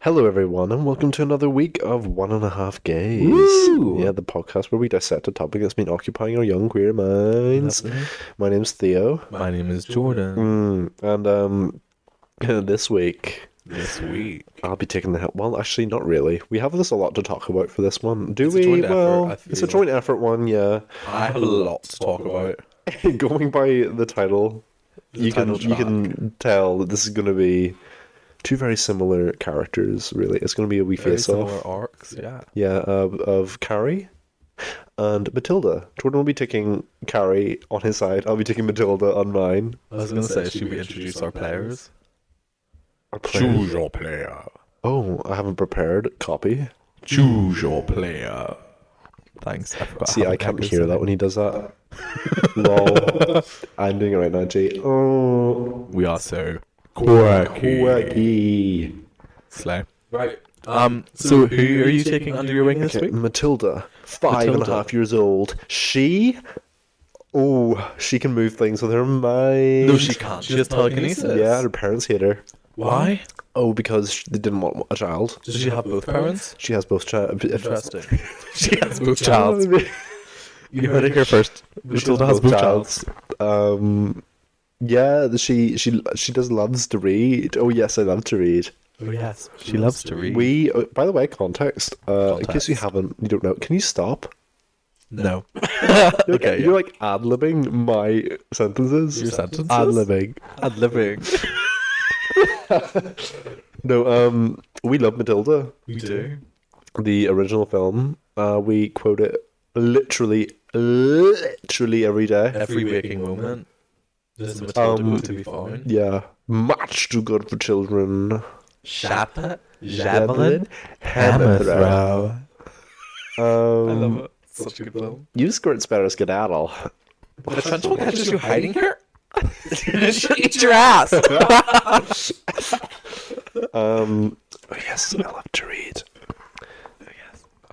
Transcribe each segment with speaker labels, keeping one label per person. Speaker 1: Hello, everyone, and welcome to another week of One and a Half Gays. Yeah, the podcast where we dissect a topic that's been occupying our young queer minds. My name's Theo,
Speaker 2: My name is Jordan.
Speaker 1: and um, this week
Speaker 2: This week,
Speaker 1: I'll be taking the help. Well, actually, not really. We have this a lot to talk about for this one. Do
Speaker 2: It's a
Speaker 1: we?
Speaker 2: joint effort,
Speaker 1: well,
Speaker 2: I
Speaker 1: it's a
Speaker 2: feel.
Speaker 1: joint effort one. Yeah.
Speaker 2: I have a lot to talk about.
Speaker 1: Going by the title,
Speaker 2: The
Speaker 1: you can
Speaker 2: title
Speaker 1: you can tell that this is going to be two very similar characters. Really, it's going to be a wee
Speaker 2: Very
Speaker 1: face
Speaker 2: similar
Speaker 1: off.
Speaker 2: arcs, yeah.
Speaker 1: Yeah, uh, of Carrie and Matilda. Jordan will be taking Carrie on his side. I'll be taking Matilda on mine.
Speaker 2: I was gonna say, should we introduce our players?
Speaker 1: Our players-
Speaker 2: your player.
Speaker 1: Oh, I haven't prepared. Copy.
Speaker 2: Choose your player. Thanks. I forgot
Speaker 1: See,
Speaker 2: how
Speaker 1: I
Speaker 2: to
Speaker 1: can't
Speaker 2: practice
Speaker 1: hear
Speaker 2: it.
Speaker 1: that when he does that. Lol. I'm doing it right now, G. Oh,
Speaker 2: We are so quirky.
Speaker 1: wacky.
Speaker 2: Slow. Right. Um. So, who are you taking under your wing this
Speaker 1: Okay,
Speaker 2: week?
Speaker 1: Matilda, five and a half
Speaker 2: Matilda.
Speaker 1: years old. She, oh, she can move things with her mind.
Speaker 2: No, she can't. She has telekinesis.
Speaker 1: Yeah, her parents hate her.
Speaker 2: Why?
Speaker 1: Oh, because sh- they didn't want a child.
Speaker 2: Does she have both parents?
Speaker 1: She has both child.
Speaker 2: Interesting. she has both childs. You heard it here first. Matilda has
Speaker 1: Both
Speaker 2: both
Speaker 1: childs.
Speaker 2: childs.
Speaker 1: Um, yeah, the- she she she does loves to read. Oh yes, I love to read.
Speaker 2: Oh yes, she loves to read.
Speaker 1: We, oh, by the way, context. Uh, In case you
Speaker 2: Context.
Speaker 1: haven't, you don't know. Can you stop?
Speaker 2: No.
Speaker 1: You're like-
Speaker 2: okay.
Speaker 1: You're like ad libbing my sentences.
Speaker 2: Your sentences?
Speaker 1: Ad libbing.
Speaker 2: ad living.
Speaker 1: No, um, we love Matilda,
Speaker 2: We do.
Speaker 1: the original film. Uh, we quote it literally, literally every day.
Speaker 2: Every waking moment. There's a Matilda
Speaker 1: Um,
Speaker 2: to be found.
Speaker 1: Yeah, much too good for children.
Speaker 2: Shapa,
Speaker 1: Javelin,
Speaker 2: Javelin,
Speaker 1: hammer throw.
Speaker 2: I
Speaker 1: Um,
Speaker 2: love it. Such a good film.
Speaker 1: you squirts better skedaddle.
Speaker 2: The trenchcoat catches you hiding here? She'll eat your ass!
Speaker 1: Um, oh yes, I love to read.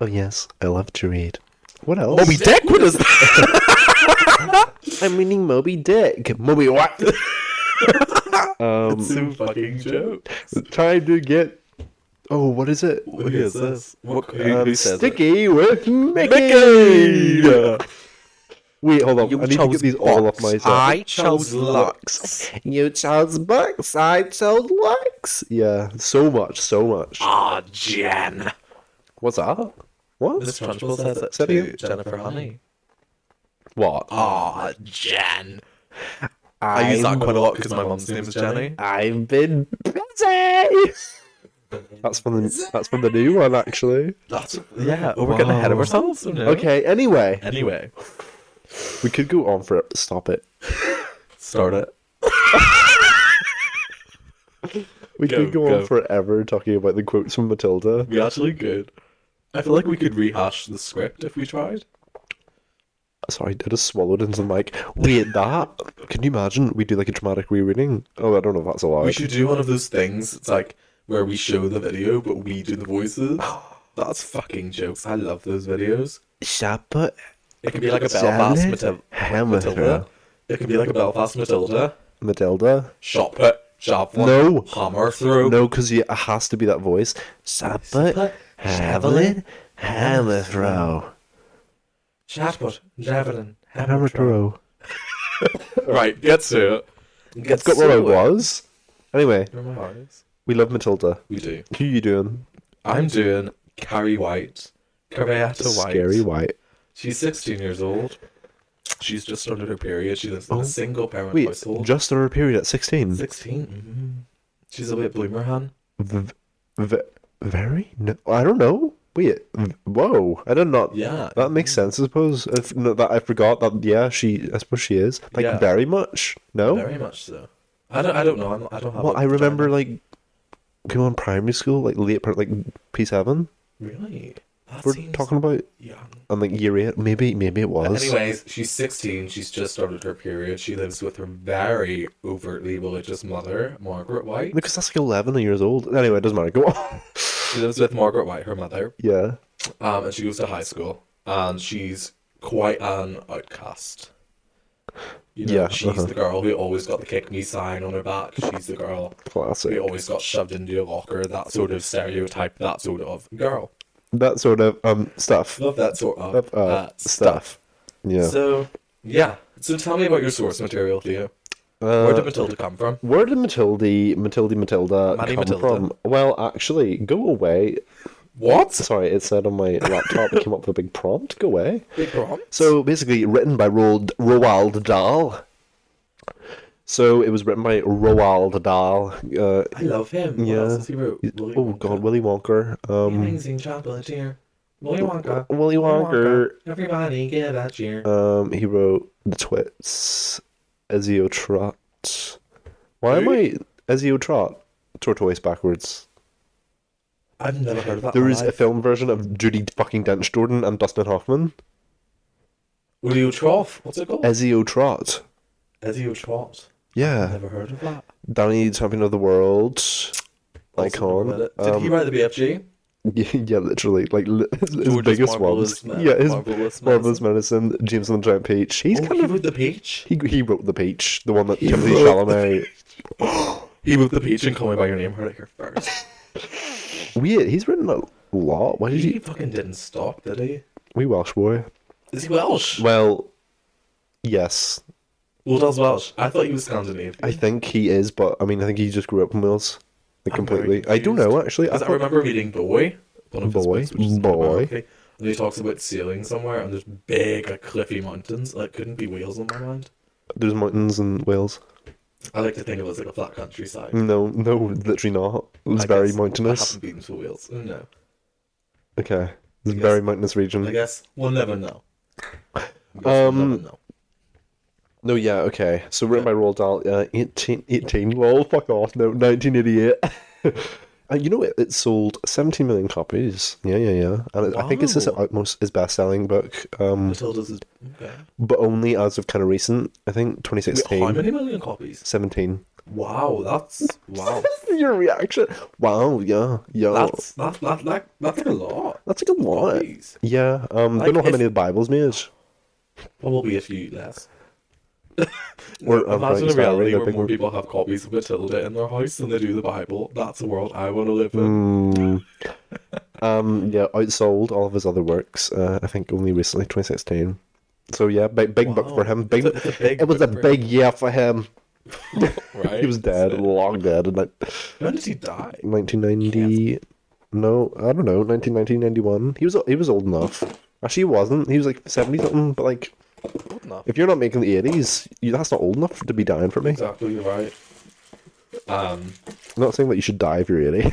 Speaker 1: Oh yes, I love to read. What else?
Speaker 2: Moby Dick? Oh, What is that?
Speaker 1: I'm reading Moby Dick. Moby what? um,
Speaker 2: Some fucking joke.
Speaker 1: time to get. Oh, what is it?
Speaker 2: Who is this? What, who,
Speaker 1: Um,
Speaker 2: who says it?
Speaker 1: sticky with Mickey. Wait, hold on. I need to get these all off myself.
Speaker 2: chose
Speaker 1: Lux. You chose Lux. I chose Lux. Yeah, so much, so much.
Speaker 2: Ah, Jen.
Speaker 1: What's that? What?
Speaker 2: This Trunchbull says it
Speaker 1: Say it
Speaker 2: to
Speaker 1: again.
Speaker 2: Jennifer Honey.
Speaker 1: what?
Speaker 2: Ah, Jen. I use that quite a lot because my mum's name is Jenny.
Speaker 1: I've been busy. that's from the that's from the new one actually. Oh,
Speaker 2: That's, yeah, we're getting ahead of ourselves. or no?
Speaker 1: Okay. Anyway,
Speaker 2: Anyway,
Speaker 1: we could go on for it. Stop it.
Speaker 2: start it.
Speaker 1: We
Speaker 2: Go,
Speaker 1: could go,
Speaker 2: go.
Speaker 1: on forever talking about the quotes from Matilda.
Speaker 2: We actually could. I feel like we could rehash the script if we tried.
Speaker 1: Sorry, I just swallowed into the mic. Wait, that? Can you imagine? We do like a dramatic rereading. Oh, I don't know if that's allowed.
Speaker 2: We should do one of those things. It's like where we show the video, but we do the voices. That's fucking jokes. I love those videos.
Speaker 1: Shapa
Speaker 2: It could be like a Belfast Matil-
Speaker 1: Hammer.
Speaker 2: Matilda. It could be like a Belfast Matilda.
Speaker 1: Matilda.
Speaker 2: Shot put, shop one,
Speaker 1: No.
Speaker 2: hammer throw.
Speaker 1: No, because it has to be that voice. Shapa Javelin Hammer Throw.
Speaker 2: Shotput, javelin,
Speaker 1: Hammer Throw.
Speaker 2: Right, get to it. Get
Speaker 1: That's got where I was. Anyway,
Speaker 2: was.
Speaker 1: we love Matilda.
Speaker 2: We do.
Speaker 1: Who you doing?
Speaker 2: I'm doing Carrie White. Carriata White.
Speaker 1: Scary White.
Speaker 2: She's 16 years old. She's just started her period. She lives in
Speaker 1: Oh.
Speaker 2: a single parent
Speaker 1: Wait,
Speaker 2: household.
Speaker 1: just under a period at 16.
Speaker 2: 16. Mm-hmm. She's a bit bloomer, hun.
Speaker 1: V- v- very? No, I don't know. Wait, v- whoa! I did not.
Speaker 2: Yeah.
Speaker 1: that makes sense. I suppose. If no, that I forgot that. Yeah, she. I suppose she is like
Speaker 2: Yeah.
Speaker 1: very much. No,
Speaker 2: Very much so. I don't. I don't know. I'm, I don't have.
Speaker 1: well,
Speaker 2: a
Speaker 1: I remember
Speaker 2: vagina.
Speaker 1: like came on primary school like late, part, like P seven.
Speaker 2: Really. That
Speaker 1: We're
Speaker 2: seems
Speaker 1: talking about
Speaker 2: young.
Speaker 1: and like year eight. Maybe maybe it was.
Speaker 2: Anyways, she's 16. She's just started her period. She lives with her very overtly religious mother, Margaret White.
Speaker 1: because that's like eleven years old. Anyway, it doesn't matter. Go on.
Speaker 2: She lives with Margaret White, her mother,
Speaker 1: yeah.
Speaker 2: um, and she goes to high school. And she's quite an outcast. You know,
Speaker 1: Yeah,
Speaker 2: she's
Speaker 1: uh-huh.
Speaker 2: the girl who always got the kick me sign on her back. She's the girl
Speaker 1: Classic.
Speaker 2: who always got shoved into a locker. That sort of stereotype. That sort of girl.
Speaker 1: That sort of um stuff.
Speaker 2: Love that sort of
Speaker 1: Of, uh,
Speaker 2: uh, stuff.
Speaker 1: stuff. Yeah.
Speaker 2: So yeah. So tell me about your source material, Theo. Where
Speaker 1: Uh,
Speaker 2: did Matilda come from?
Speaker 1: Where did Matilda, Matilda, Matilda
Speaker 2: Maddie
Speaker 1: come
Speaker 2: Matilda.
Speaker 1: from? Well, actually, go away.
Speaker 2: What?
Speaker 1: Sorry, it said on my laptop. it came up with a big prompt. Go away.
Speaker 2: Big Brom.
Speaker 1: So basically, written by Roald, Roald Dahl. So it was written by Roald Dahl. Uh,
Speaker 2: I love him. What
Speaker 1: Yeah.
Speaker 2: else has he wrote? Willy
Speaker 1: oh
Speaker 2: Wonka.
Speaker 1: God, Willy Wonka.
Speaker 2: The
Speaker 1: Um,
Speaker 2: Amazing Chocolatier. Willy Wonka.
Speaker 1: Willy Wonka.
Speaker 2: Everybody give a cheer.
Speaker 1: Um, he wrote the Twits, Ezio Trot. Why am I Ezio Trot? Tortoise backwards.
Speaker 2: I've never heard of that.
Speaker 1: There is a film version of Judy fucking Dench Jordan and Dustin Hoffman.
Speaker 2: Willy Trough. What's it called?
Speaker 1: Ezio Trot.
Speaker 2: Ezio Trot.
Speaker 1: Yeah.
Speaker 2: Never heard of that.
Speaker 1: Danny, champion of the world.
Speaker 2: Also never
Speaker 1: Icon. Um,
Speaker 2: read it. uh, Did he write the BFG?
Speaker 1: Yeah, yeah, literally. Like, li- his
Speaker 2: George's
Speaker 1: biggest
Speaker 2: Marvelous
Speaker 1: ones.
Speaker 2: Ma-
Speaker 1: yeah, his
Speaker 2: Marvelous
Speaker 1: Marvelous, Medicine. James and the Giant Peach. He's
Speaker 2: Oh,
Speaker 1: kind
Speaker 2: he
Speaker 1: of.
Speaker 2: wrote the peach.
Speaker 1: He, he wrote The Peach, the one that Timothy
Speaker 2: wrote The
Speaker 1: Chalamet.
Speaker 2: He wrote the peach and call me by your name. Heard it here first.
Speaker 1: Weird, he's written a lot. Why did
Speaker 2: he
Speaker 1: he.
Speaker 2: fucking didn't stop, did he?
Speaker 1: We Welsh boy.
Speaker 2: Is he Welsh?
Speaker 1: Well, yes.
Speaker 2: Well, does Welsh? I thought he was Scandinavian.
Speaker 1: I think he is, but I mean, I think he just grew up in Wales. Like,
Speaker 2: I'm very
Speaker 1: completely. I don't
Speaker 2: confused.
Speaker 1: know, actually. I
Speaker 2: Because I,
Speaker 1: thought-
Speaker 2: remember reading Boy, one of his
Speaker 1: Boy,
Speaker 2: books, which is
Speaker 1: Boy.
Speaker 2: America, and he talks about sailing somewhere, and there's big, like, cliffy mountains. Like, couldn't be Wales on my mind.
Speaker 1: There's mountains in Wales.
Speaker 2: I like to think of it as like a flat countryside.
Speaker 1: No, no, literally not. It's
Speaker 2: I
Speaker 1: Mm, very
Speaker 2: guess I
Speaker 1: mountainous.
Speaker 2: haven't been to Wales. Oh, no.
Speaker 1: Okay, it's a
Speaker 2: guess-
Speaker 1: very mountainous
Speaker 2: I
Speaker 1: region.
Speaker 2: guess we'll never know. I guess we'll
Speaker 1: Um,
Speaker 2: never know.
Speaker 1: No, yeah, okay. So written by Roald Dahl, uh, 18, 18, lol, fuck off, no, 1988. Uh, you know, what? it sold 17 million copies. Yeah, yeah, yeah. And it, I think it's his
Speaker 2: Wow.
Speaker 1: utmost, his best-selling book, um,
Speaker 2: Matilda's is. Okay.
Speaker 1: but only as of kind of recent, I think,
Speaker 2: Wait,
Speaker 1: 2016.
Speaker 2: how many million copies?
Speaker 1: 17.
Speaker 2: Wow, that's. Wow.
Speaker 1: Your reaction? Wow, yeah, yeah.
Speaker 2: that's, that, that, that, that's like a lot.
Speaker 1: That's like a lot.
Speaker 2: Copies.
Speaker 1: Yeah, um,
Speaker 2: Like,
Speaker 1: don't know how
Speaker 2: if-
Speaker 1: many the Bible's made.
Speaker 2: Probably a few less.
Speaker 1: Or uh, of
Speaker 2: Imagine a
Speaker 1: Frank's
Speaker 2: reality
Speaker 1: Diary,
Speaker 2: where
Speaker 1: big
Speaker 2: more
Speaker 1: one.
Speaker 2: people have copies of Matilda in their house than they do the Bible. That's a world I want to live in.
Speaker 1: Mm. um, yeah, outsold all of his other works. Uh, I think only recently, 2016. So yeah, big big book for
Speaker 2: Wow.
Speaker 1: him. Big,
Speaker 2: It's a- it's a big
Speaker 1: it was a
Speaker 2: book for
Speaker 1: big yeah for him.
Speaker 2: Right?
Speaker 1: He was dead, long dead, in like
Speaker 2: When did he die?
Speaker 1: 1990. No, I don't know, 1990, 91. He was he was old enough. Actually, he wasn't. He was like 70 something. But like,
Speaker 2: enough.
Speaker 1: if you're not making the 80s, you, that's not old enough to be dying for me.
Speaker 2: Exactly right. Um,
Speaker 1: I'm not saying that you should die if you're 80.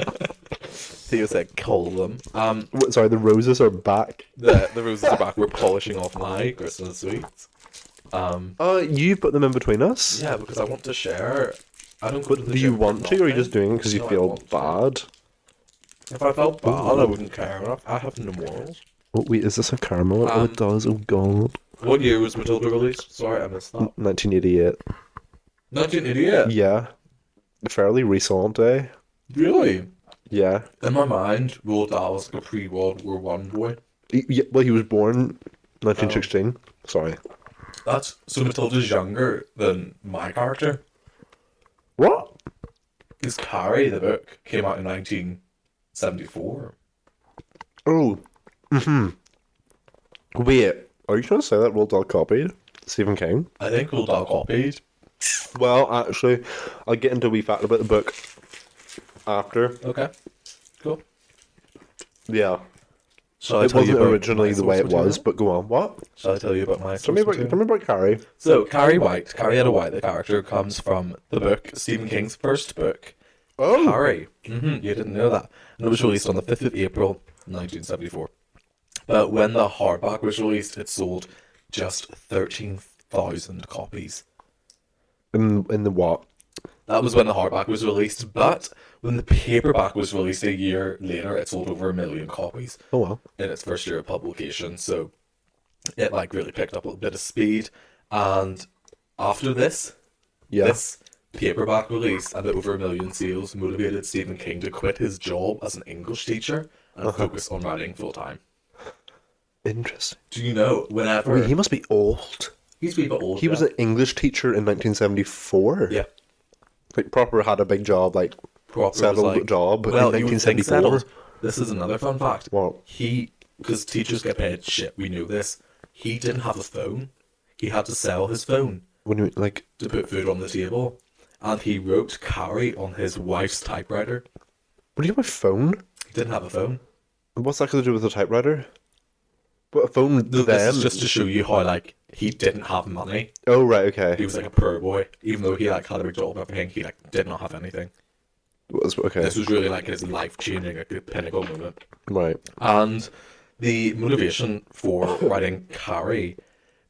Speaker 2: Theo said, "Call them." Um,
Speaker 1: Sorry, the roses are back.
Speaker 2: the the roses are back. We're polishing off my Christmas sweets. Mm.
Speaker 1: Uh, you put them in between us.
Speaker 2: Yeah, because I want to share I don't go to the
Speaker 1: Do you
Speaker 2: gym for
Speaker 1: want to, or are you
Speaker 2: nothing.
Speaker 1: just doing it because you
Speaker 2: No, I
Speaker 1: feel
Speaker 2: want to.
Speaker 1: bad?
Speaker 2: If I felt bad, I wouldn't care enough. I have no morals.
Speaker 1: Oh, wait, is this a caramel? oh, it does. Oh, God.
Speaker 2: What year was Matilda released? Sorry, I missed that.
Speaker 1: 1988.
Speaker 2: Not an idiot.
Speaker 1: Yeah. Fairly recent, eh?
Speaker 2: Really?
Speaker 1: Yeah.
Speaker 2: In my mind, Roald Dahl was like a pre World War One boy.
Speaker 1: He- yeah. Well, he was born 1916. Sorry.
Speaker 2: That's so Matilda's younger than my character.
Speaker 1: What?
Speaker 2: Because Carrie, the book, came out in 1974.
Speaker 1: Oh. Mm-hmm. Wait. Are you trying to say that Roald Dahl copied Stephen King?
Speaker 2: I think Roald Dahl copied.
Speaker 1: Well, actually, I'll get into a wee fact about the book after.
Speaker 2: Okay. Cool.
Speaker 1: Yeah.
Speaker 2: Shall
Speaker 1: it wasn't originally
Speaker 2: my
Speaker 1: the way it
Speaker 2: source material?
Speaker 1: was, but go on. What?
Speaker 2: Shall I tell you about my
Speaker 1: Tell me
Speaker 2: source
Speaker 1: about,
Speaker 2: material?
Speaker 1: tell me about Carrie.
Speaker 2: So Carrie White, Carrietta White, the character, comes from the book Stephen King's first book,
Speaker 1: Oh.
Speaker 2: Carrie. hmm you didn't know that, and it was released on the fifth of April, nineteen seventy four. But when the hardback was released, it sold just thirteen thousand copies.
Speaker 1: In, in the what?
Speaker 2: That was when the hardback was released, but when the paperback was released a year later, it sold over a million copies
Speaker 1: Oh, well.
Speaker 2: in its first year of publication, so it like really picked up a bit of speed. And after this,
Speaker 1: Yeah.
Speaker 2: This paperback release and the over a million sales motivated Stephen King to quit his job as an English teacher and
Speaker 1: Uh-huh.
Speaker 2: focus on writing full time.
Speaker 1: Interesting.
Speaker 2: Do you know whenever
Speaker 1: Wait, he must be old.
Speaker 2: he's a wee bit old?
Speaker 1: He was
Speaker 2: yeah.
Speaker 1: an English teacher in 1974.
Speaker 2: yeah
Speaker 1: Like, proper had a big job, like,
Speaker 2: proper was
Speaker 1: settled
Speaker 2: like-
Speaker 1: job
Speaker 2: Well,
Speaker 1: in
Speaker 2: you would think
Speaker 1: 1974.
Speaker 2: settled. This is another fun fact.
Speaker 1: What?
Speaker 2: he because teachers get paid shit. We knew this. He didn't have a phone. He had to sell his phone
Speaker 1: When you, like,
Speaker 2: to put food on the table, and he wrote Carrie on his wife's typewriter.
Speaker 1: what do you have a phone?
Speaker 2: He didn't have a phone.
Speaker 1: What's that got to do with a typewriter? What, a phone
Speaker 2: No,
Speaker 1: then?
Speaker 2: this is just to show you how like he didn't have money.
Speaker 1: Oh, right,
Speaker 2: He
Speaker 1: okay.
Speaker 2: was like a poor boy, even though he like had a big job and everything. He like did not have anything.
Speaker 1: Was- okay,
Speaker 2: This was really like his life changing, like the pinnacle moment.
Speaker 1: right.
Speaker 2: And the motivation for writing Carrie,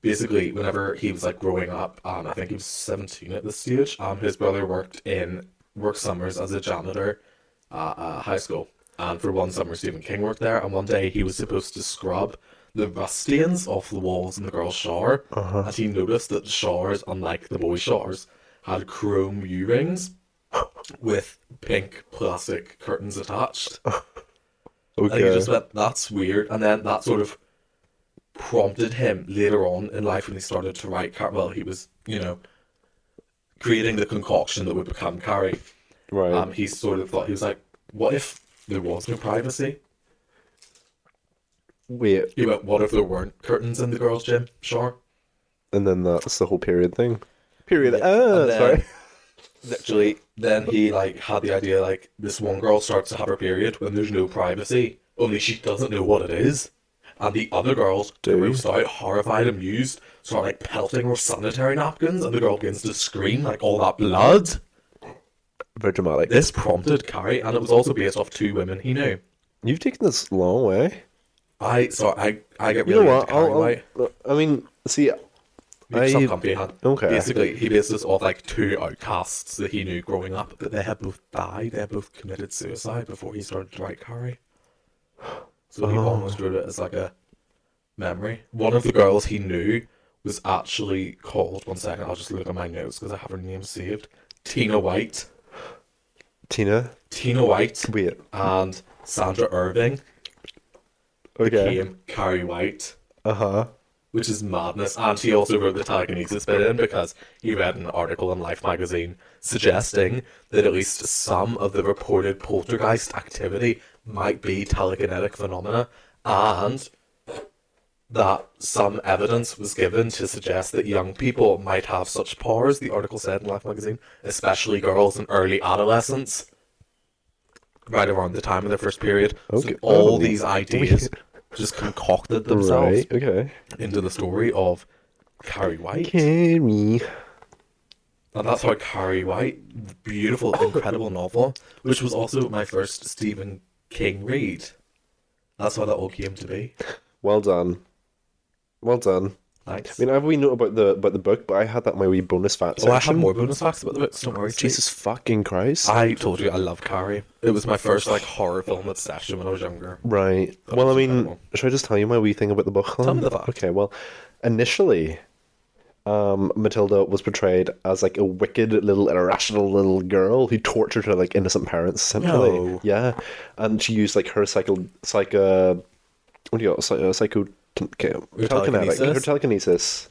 Speaker 2: basically, whenever he was like growing up, um, I think he was seventeen at this stage. Um, his brother worked in worked summers as a janitor, uh, at high school, and for one summer Stephen King worked there. And one day he was supposed to scrub the rust stains off the walls in the girls' shower, and he noticed that the showers, unlike the boys' showers, had chrome U rings. With pink plastic curtains attached, and he
Speaker 1: Okay.
Speaker 2: just went, that's weird. And then that sort of prompted him later on in life when he started to write Car- Well, he was, you know, creating the concoction that would become Carrie.
Speaker 1: Right.
Speaker 2: Um, he sort of thought, he was like, what if there was no privacy?
Speaker 1: Wait,
Speaker 2: He went, what if there weren't curtains in the girls' gym? Sure.
Speaker 1: and then that's the whole period thing. Period.
Speaker 2: Yeah,
Speaker 1: Ah,
Speaker 2: and then-
Speaker 1: sorry.
Speaker 2: Literally, then he like had the idea like this one girl starts to have her period when there's no privacy, only she doesn't know what it is, and the other girls, grossed out, horrified, amused, start like pelting her with sanitary napkins, and the girl begins to scream like all that blood.
Speaker 1: Very dramatic.
Speaker 2: This prompted Carrie, and it was also based off two women he knew.
Speaker 1: You've taken this a long way.
Speaker 2: I so I I get
Speaker 1: You
Speaker 2: really
Speaker 1: know
Speaker 2: into
Speaker 1: what?
Speaker 2: Carrie
Speaker 1: I'll,
Speaker 2: White.
Speaker 1: I'll, I mean, see,
Speaker 2: Maybe some
Speaker 1: I-
Speaker 2: company had.
Speaker 1: okay.
Speaker 2: Basically, he based this off like two outcasts that he knew growing up, but they had both died. They had both committed suicide before he started to write Carrie. So he almost wrote it as like a memory. One of the girls he knew was actually called. One second, I'll just look at my notes because I have her name saved. Tina White.
Speaker 1: Tina,
Speaker 2: Tina White
Speaker 1: wait.
Speaker 2: and Sandra Irving
Speaker 1: Okay.
Speaker 2: became Carrie White.
Speaker 1: Uh huh.
Speaker 2: which is madness. And he also wrote the telekinesis bit in because he read an article in Life magazine suggesting that at least some of the reported poltergeist activity might be telekinetic phenomena, and that some evidence was given to suggest that young people might have such powers, the article said in Life magazine, especially girls in early adolescence. Right around the time of their first period.
Speaker 1: Okay.
Speaker 2: So all
Speaker 1: Oh.
Speaker 2: these ideas just concocted themselves
Speaker 1: Right. Okay.
Speaker 2: into the story of Carrie White.
Speaker 1: Carrie.
Speaker 2: And that's how Carrie White, beautiful, incredible novel, which was also my first Stephen King read. That's how that all came to be.
Speaker 1: Well done. Well done.
Speaker 2: Nice.
Speaker 1: I mean, I have we know about the about the book, but I had that in my wee bonus fat
Speaker 2: well, Oh, I have
Speaker 1: section.
Speaker 2: more bonus facts about the books. Don't worry.
Speaker 1: Jesus fucking Christ!
Speaker 2: I told you I love Carrie. It was my first like horror film obsession when I was younger.
Speaker 1: Right.
Speaker 2: That
Speaker 1: well, I
Speaker 2: was
Speaker 1: mean,
Speaker 2: terrible.
Speaker 1: should I just tell you my wee thing about the book?
Speaker 2: Tell
Speaker 1: then?
Speaker 2: me the fact.
Speaker 1: Okay. Well, initially, um, Matilda was portrayed as like a wicked little irrational little girl who tortured her like innocent parents. Essentially.
Speaker 2: No.
Speaker 1: Yeah, and she used like her psycho psycho. What do you call it? psycho? Okay, telekinetic. Her
Speaker 2: Your telekinesis?
Speaker 1: telekinesis.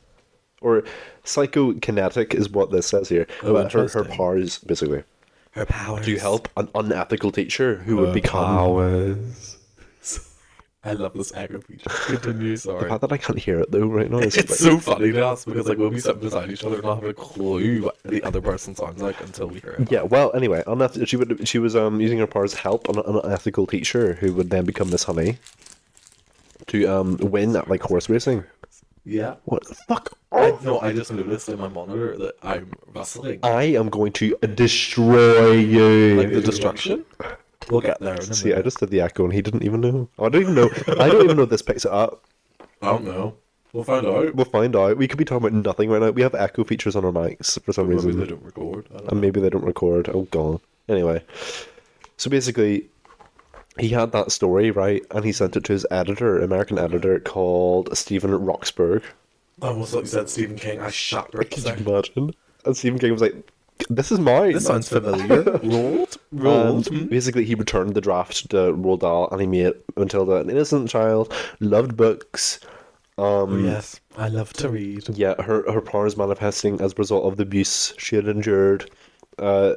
Speaker 1: Or psychokinetic is what this says here.
Speaker 2: Oh,
Speaker 1: but her, her
Speaker 2: interesting.
Speaker 1: powers, basically.
Speaker 2: Her powers.
Speaker 1: To help an unethical teacher who would
Speaker 2: Her
Speaker 1: become
Speaker 2: powers. I love this echo feature. Continue.
Speaker 1: The
Speaker 2: Sorry.
Speaker 1: fact that I can't hear it though right now is
Speaker 2: It's
Speaker 1: like,
Speaker 2: so funny to us because like when we sit beside each other, we're not having a clue what the other person sounds like until we hear it.
Speaker 1: yeah. Well, anyway, uneth- she would she was um using her powers to help an, an unethical teacher who would then become Miss Honey to um win at like horse racing.
Speaker 2: Yeah.
Speaker 1: What the fuck?
Speaker 2: I, no, I just noticed in my monitor that I'm rustling.
Speaker 1: I am going to destroy you.
Speaker 2: like the destruction. We'll get there. In a
Speaker 1: See, I
Speaker 2: minute.
Speaker 1: just did the echo and he didn't even know. I don't even know. I don't even know if this picks it up.
Speaker 2: I don't know. We'll find out.
Speaker 1: We'll find out. We could be talking about nothing right now. We have echo features on our mics for some
Speaker 2: Maybe
Speaker 1: reason.
Speaker 2: they don't record. I don't know.
Speaker 1: and maybe they don't record. Oh god. Anyway, so basically, he had that story right, and he sent it to his editor, American editor called Stephen Roxburgh.
Speaker 2: I almost thought you said Stephen King. I shot her.
Speaker 1: Could you imagine? And Stephen King was like, "This is mine."
Speaker 2: This sounds Mm-hmm. familiar. Rolled, rolled.
Speaker 1: And basically, he returned the draft to Roald Dahl, and he made Matilda an innocent child, loved books.
Speaker 2: Oh, yes, I love to read.
Speaker 1: Yeah, her her powers manifesting as a result of the abuse she had endured. Uh,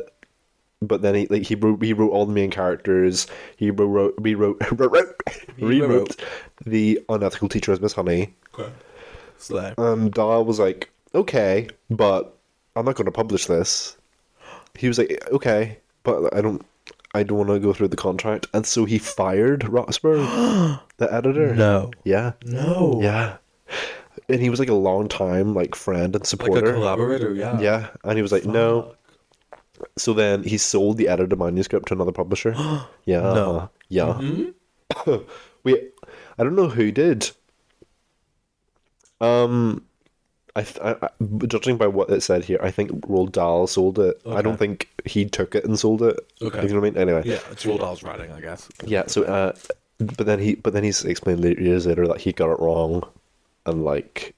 Speaker 1: but then he like he wrote, he wrote all the main characters. He rewrote rewrote rewrote rewrote the unethical teacher as Miss Honey.
Speaker 2: Slay.
Speaker 1: And Dahl was like, okay, but I'm not going to publish this. He was like, okay, but I don't. I don't want to go through the contract, and so he fired Roxburgh, the editor.
Speaker 2: No.
Speaker 1: Yeah.
Speaker 2: No.
Speaker 1: Yeah. And he was like a long time like friend and
Speaker 2: Like a
Speaker 1: supporter.
Speaker 2: collaborator, yeah.
Speaker 1: yeah. And he was like, No. So then he sold the edited manuscript to another publisher. yeah.
Speaker 2: No. Mm-hmm.
Speaker 1: Yeah. Wait, I don't know who did. Um I, th- I, I judging by what it said here, I think Roald Dahl sold it. I don't think he took it and sold it.
Speaker 2: Okay.
Speaker 1: You know what I mean? Anyway.
Speaker 2: Yeah, it's Roald Dahl's writing, I guess.
Speaker 1: Yeah. So, uh, but then he, but then he's explained later, years later that he got it wrong, and like,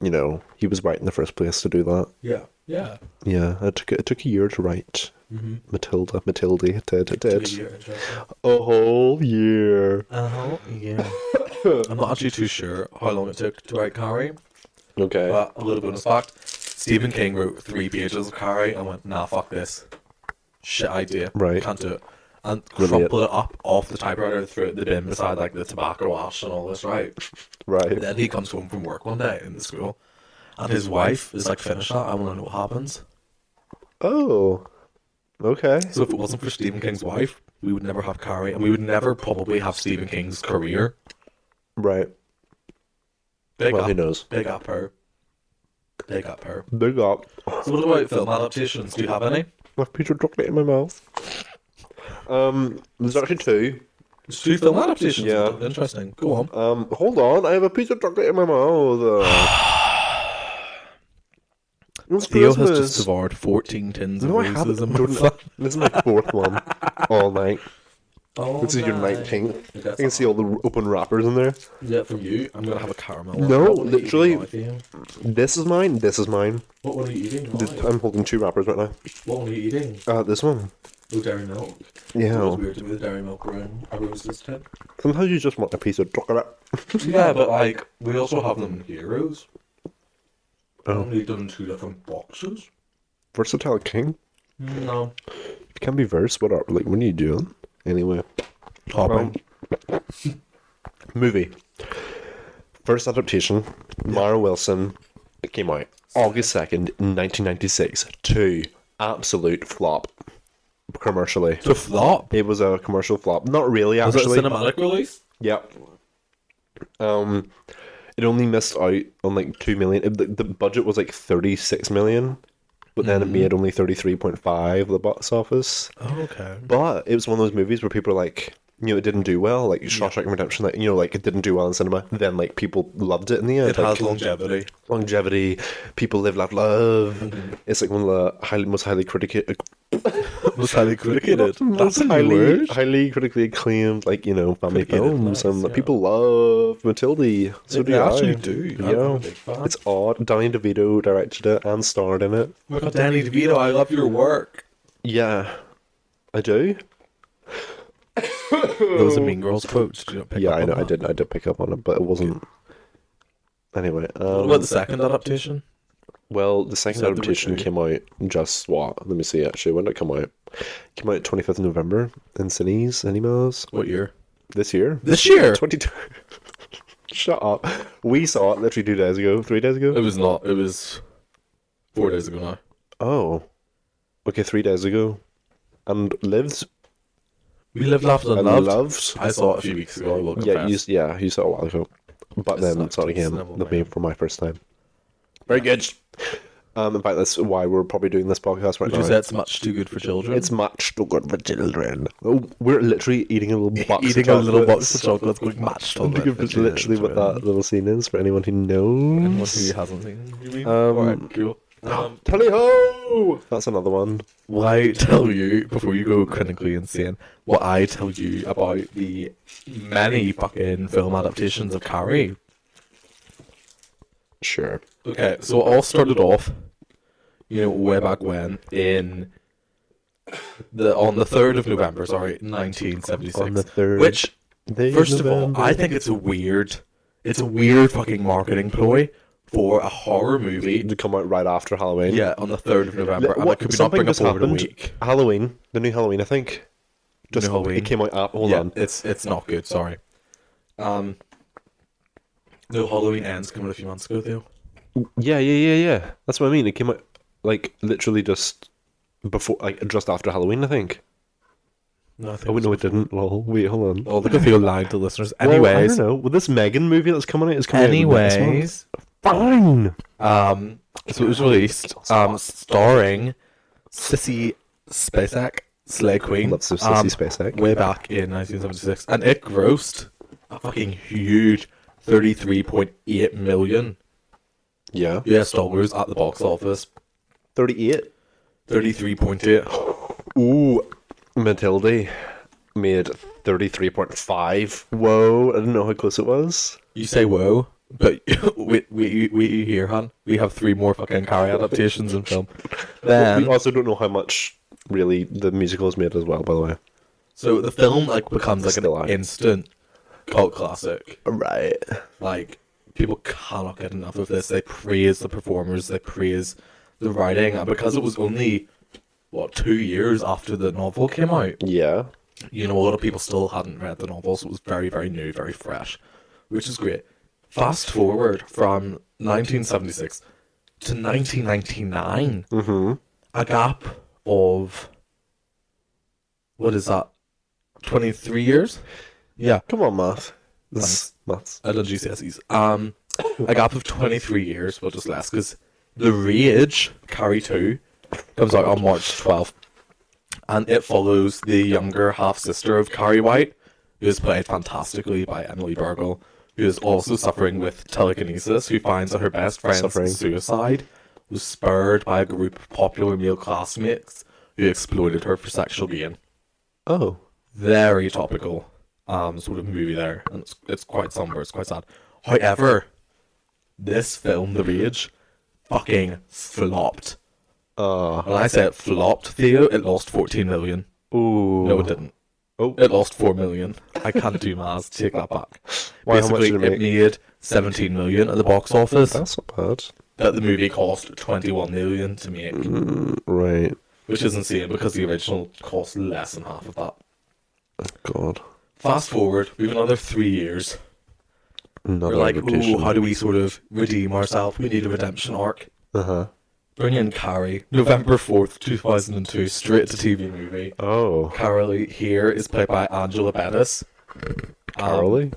Speaker 1: you know, he was right in the first place to do that.
Speaker 2: Yeah. Yeah.
Speaker 1: Yeah, it took it took a year to write
Speaker 2: Mm-hmm.
Speaker 1: Matilda. Matilda it did. It
Speaker 2: Good
Speaker 1: did
Speaker 2: year, interesting.
Speaker 1: a whole year.
Speaker 2: Uh, Yeah. I'm not actually too sure how long it took to write Carrie,
Speaker 1: Okay.
Speaker 2: but a little bonus fact. Stephen King wrote three pages of Carrie and went, nah, fuck this. Shit idea.
Speaker 1: Right.
Speaker 2: Can't do it. And
Speaker 1: Relate.
Speaker 2: crumpled it up off the typewriter, threw it in the bin beside like the tobacco ash and all this, right?
Speaker 1: right.
Speaker 2: And then he comes home from work one day in the school, and his wife is like, "Finish that! I want to know what happens."
Speaker 1: Oh. Okay.
Speaker 2: So if it wasn't for Stephen King's wife, we would never have Carrie, and we would never probably have Stephen King's career.
Speaker 1: Right.
Speaker 2: Big
Speaker 1: Well,
Speaker 2: up,
Speaker 1: who knows?
Speaker 2: Big up her. Big up her.
Speaker 1: Big up.
Speaker 2: So what about film adaptations? Do you have any?
Speaker 1: My piece of chocolate in my mouth. Um, there's actually two.
Speaker 2: There's two film adaptations.
Speaker 1: Yeah.
Speaker 2: interesting. Go on.
Speaker 1: Um, hold on, I have a piece of chocolate in my mouth. It's
Speaker 2: Theo has
Speaker 1: Christmas.
Speaker 2: just devoured 14 tins of
Speaker 1: No, I haven't.
Speaker 2: racism.
Speaker 1: Jordan, this is my fourth one all night.
Speaker 2: Oh,
Speaker 1: This is your
Speaker 2: nice.
Speaker 1: 19th. You
Speaker 2: That's
Speaker 1: can see all the r- open wrappers in there.
Speaker 2: Is that from you? I'm gonna have a caramel. one.
Speaker 1: No,
Speaker 2: What one are you
Speaker 1: literally-
Speaker 2: eating, Theo?
Speaker 1: This is mine. This is mine.
Speaker 2: What one are you eating?
Speaker 1: This-
Speaker 2: Why?
Speaker 1: I'm holding two wrappers right now.
Speaker 2: What one are you eating?
Speaker 1: Uh, this one.
Speaker 2: Oh, dairy milk.
Speaker 1: Yeah.
Speaker 2: It was weird to be the dairy milk room. I was just ten.
Speaker 1: Sometimes you just want a piece of chocolate.
Speaker 2: Yeah, but like we also have them in heroes. I
Speaker 1: Oh.
Speaker 2: only done two different boxes.
Speaker 1: Versatile king.
Speaker 2: No.
Speaker 1: You can be verse. What are like? When are you doing? Anyway.
Speaker 2: Hopping.
Speaker 1: Movie. First adaptation, Mara Wilson. It came out August 2nd, 1996. Two. Absolute flop. Commercially.
Speaker 2: The flop.
Speaker 1: It was a commercial flop. Not really,
Speaker 2: Was it a
Speaker 1: actually.
Speaker 2: cinematic release?
Speaker 1: Yep. Um, it only missed out on like 2 million. It- the, the budget was like 36 million, but then it made only 33.5 the box office.
Speaker 2: Mm-hmm. Oh, okay.
Speaker 1: But it was one of those movies where people are like, you know, it didn't do well. Like Shawshank Redemption, like, you know, like it didn't do well in cinema. Then like people loved it in the end.
Speaker 2: It
Speaker 1: like,
Speaker 2: has longevity. Mm-hmm.
Speaker 1: longevity. People live, laugh, love. It's like one of the highly, most highly criticated,
Speaker 2: Was highly critiqued.
Speaker 1: most
Speaker 2: That's a new
Speaker 1: highly,
Speaker 2: word.
Speaker 1: highly critically acclaimed, like you know, family
Speaker 2: Criticated,
Speaker 1: films,
Speaker 2: nice,
Speaker 1: and
Speaker 2: yeah.
Speaker 1: people love Matilda. So
Speaker 2: They-
Speaker 1: do
Speaker 2: they
Speaker 1: I.
Speaker 2: actually do. I'm a
Speaker 1: Yeah,
Speaker 2: big fan.
Speaker 1: it's odd. Danny DeVito directed it and starred in it.
Speaker 2: Oh my God, Danny DeVito, I love your work.
Speaker 1: Yeah, I do.
Speaker 2: Those are Mean Girls quotes.
Speaker 1: yeah, I know. I did. I did pick up on it, but it wasn't. Anyway,
Speaker 2: What
Speaker 1: um,
Speaker 2: about the second adaptation?
Speaker 1: well, the second
Speaker 2: that the
Speaker 1: adaptation
Speaker 2: reboot?
Speaker 1: came out just what? Let me see. Actually, when did it come out? It came out twenty fifth November in cinemas, cinemas
Speaker 2: What year?
Speaker 1: this year.
Speaker 2: This year.
Speaker 1: Twenty two. Shut up. We saw it literally two days ago, three days
Speaker 2: It
Speaker 1: ago.
Speaker 2: was not. It was four days ago now.
Speaker 1: Oh, okay, three days ago, and lived
Speaker 2: We lived, laughed, and
Speaker 1: and
Speaker 2: loved.
Speaker 1: loved.
Speaker 2: I saw it a few weeks ago. I will
Speaker 1: Yeah,
Speaker 2: confess.
Speaker 1: you, yeah, you saw it a while ago, but
Speaker 2: It's
Speaker 1: then
Speaker 2: not
Speaker 1: saw it again
Speaker 2: reasonable,
Speaker 1: the
Speaker 2: man.
Speaker 1: for my first time. Very good. Um, in fact, that's why we're probably doing this podcast right
Speaker 2: Would you say
Speaker 1: now.
Speaker 2: it's much too good for children?
Speaker 1: It's much too good for children. Oh, we're literally eating a little box. of
Speaker 2: eating a little
Speaker 1: chocolates.
Speaker 2: box of chocolates going much too
Speaker 1: I think
Speaker 2: good
Speaker 1: it's literally what that little scene is for anyone who
Speaker 2: Anyone
Speaker 1: knows.
Speaker 2: who hasn't seen. You mean?
Speaker 1: Um,
Speaker 2: Alright, cool. Um,
Speaker 1: Tally ho! That's another one.
Speaker 2: will I tell you before you go clinically insane what I tell you about the many fucking film adaptations of Carrie?
Speaker 1: Sure.
Speaker 2: Okay, so it all started off, you know, way back when in the on the third of November, sorry, nineteen seventy six.
Speaker 1: On the 3rd.
Speaker 2: Which
Speaker 1: They
Speaker 2: First of all,
Speaker 1: November.
Speaker 2: I think it's a weird, it's a weird fucking marketing ploy for a horror movie.
Speaker 1: to come out right after Halloween.
Speaker 2: Yeah, on the third of November. and
Speaker 1: what
Speaker 2: it could be not
Speaker 1: something
Speaker 2: bring
Speaker 1: just
Speaker 2: up over the
Speaker 1: happened?
Speaker 2: week.
Speaker 1: Halloween, the new Halloween, I think. Just
Speaker 2: Halloween.
Speaker 1: it came out. Up, hold
Speaker 2: yeah,
Speaker 1: on.
Speaker 2: it's it's not good. Sorry. Um, no Halloween ends coming a few months ago though.
Speaker 1: Yeah, yeah, yeah, yeah. That's what I mean. It came out like literally just before, like just after Halloween, I think.
Speaker 2: No, I think
Speaker 1: Oh wait, no, it didn't. Lol. Wait, hold on.
Speaker 2: Oh, look at you lying to listeners.
Speaker 1: Well, I
Speaker 2: Anyways,
Speaker 1: don't know. Well, this Megan movie that's coming out is coming out. next
Speaker 2: anyways,
Speaker 1: month. fine.
Speaker 2: um, so it was released, um, starring Sissy Spacek, Slay Queen.
Speaker 1: Love some
Speaker 2: um,
Speaker 1: Sissy Spacek.
Speaker 2: way back in 1976, and it grossed a fucking huge 33.8 million
Speaker 1: Yeah,
Speaker 2: US dollars at the box office.
Speaker 1: thirty-eight.
Speaker 2: 33.8.
Speaker 1: Ooh, Matilda made thirty-three point five. Whoa, I didn't know how close it was.
Speaker 2: You say whoa, but we we we you hear, hon. We have three more fucking Carrie adaptations in film.
Speaker 1: Um, we
Speaker 2: Then,
Speaker 1: also don't know how much really the musical is made as well. By the way,
Speaker 2: so the film like becomes like
Speaker 1: Still on.
Speaker 2: an instant cult classic.
Speaker 1: right?
Speaker 2: Like people cannot get enough of this. They praise the performers. They praise the writing, and because it was only what two years after the novel came out,
Speaker 1: Yeah,
Speaker 2: you know, a lot of people still hadn't read the novel, so it was very, very new, very fresh, which is great. Fast forward from 1976 to 1999, a gap of what is that, 23 years? Yeah,
Speaker 1: come on, math. This maths.
Speaker 2: I done GCSEs. Um, a gap of 23 years, well, just less, because The Rage, Carry 2, comes out on March 12th. And it follows the younger half sister of Carrie White, who is played fantastically by Emily Burgle, who is also suffering with telekinesis, who finds that her best friend's
Speaker 1: Suffering.
Speaker 2: suicide was spurred by a group of popular male classmates who exploited her for sexual gain
Speaker 1: Oh,
Speaker 2: very topical um sort of movie there and it's, it's quite somber it's quite sad however this film the rage fucking flopped
Speaker 1: uh,
Speaker 2: when i say it flopped theo it lost 14 million
Speaker 1: ooh.
Speaker 2: no it didn't
Speaker 1: Oh.
Speaker 2: it lost 4 million i can't do maths take that back
Speaker 1: Why, how much
Speaker 2: basically
Speaker 1: did it
Speaker 2: it,
Speaker 1: make?
Speaker 2: made 17 million at the box office
Speaker 1: That's not bad.
Speaker 2: that the movie cost 21 million to make
Speaker 1: Right.
Speaker 2: which is insane because the original cost less than half of that
Speaker 1: God.
Speaker 2: fast forward we've another three years
Speaker 1: Another
Speaker 2: We're like,
Speaker 1: adaptation.
Speaker 2: ooh, how do we sort of redeem ourselves? We need a redemption arc.
Speaker 1: Uh-huh.
Speaker 2: Bring in Carrie, November 4th, 2002, straight to TV movie.
Speaker 1: Oh,
Speaker 2: Carly here is played by Angela Bettis. Um,
Speaker 1: Carly?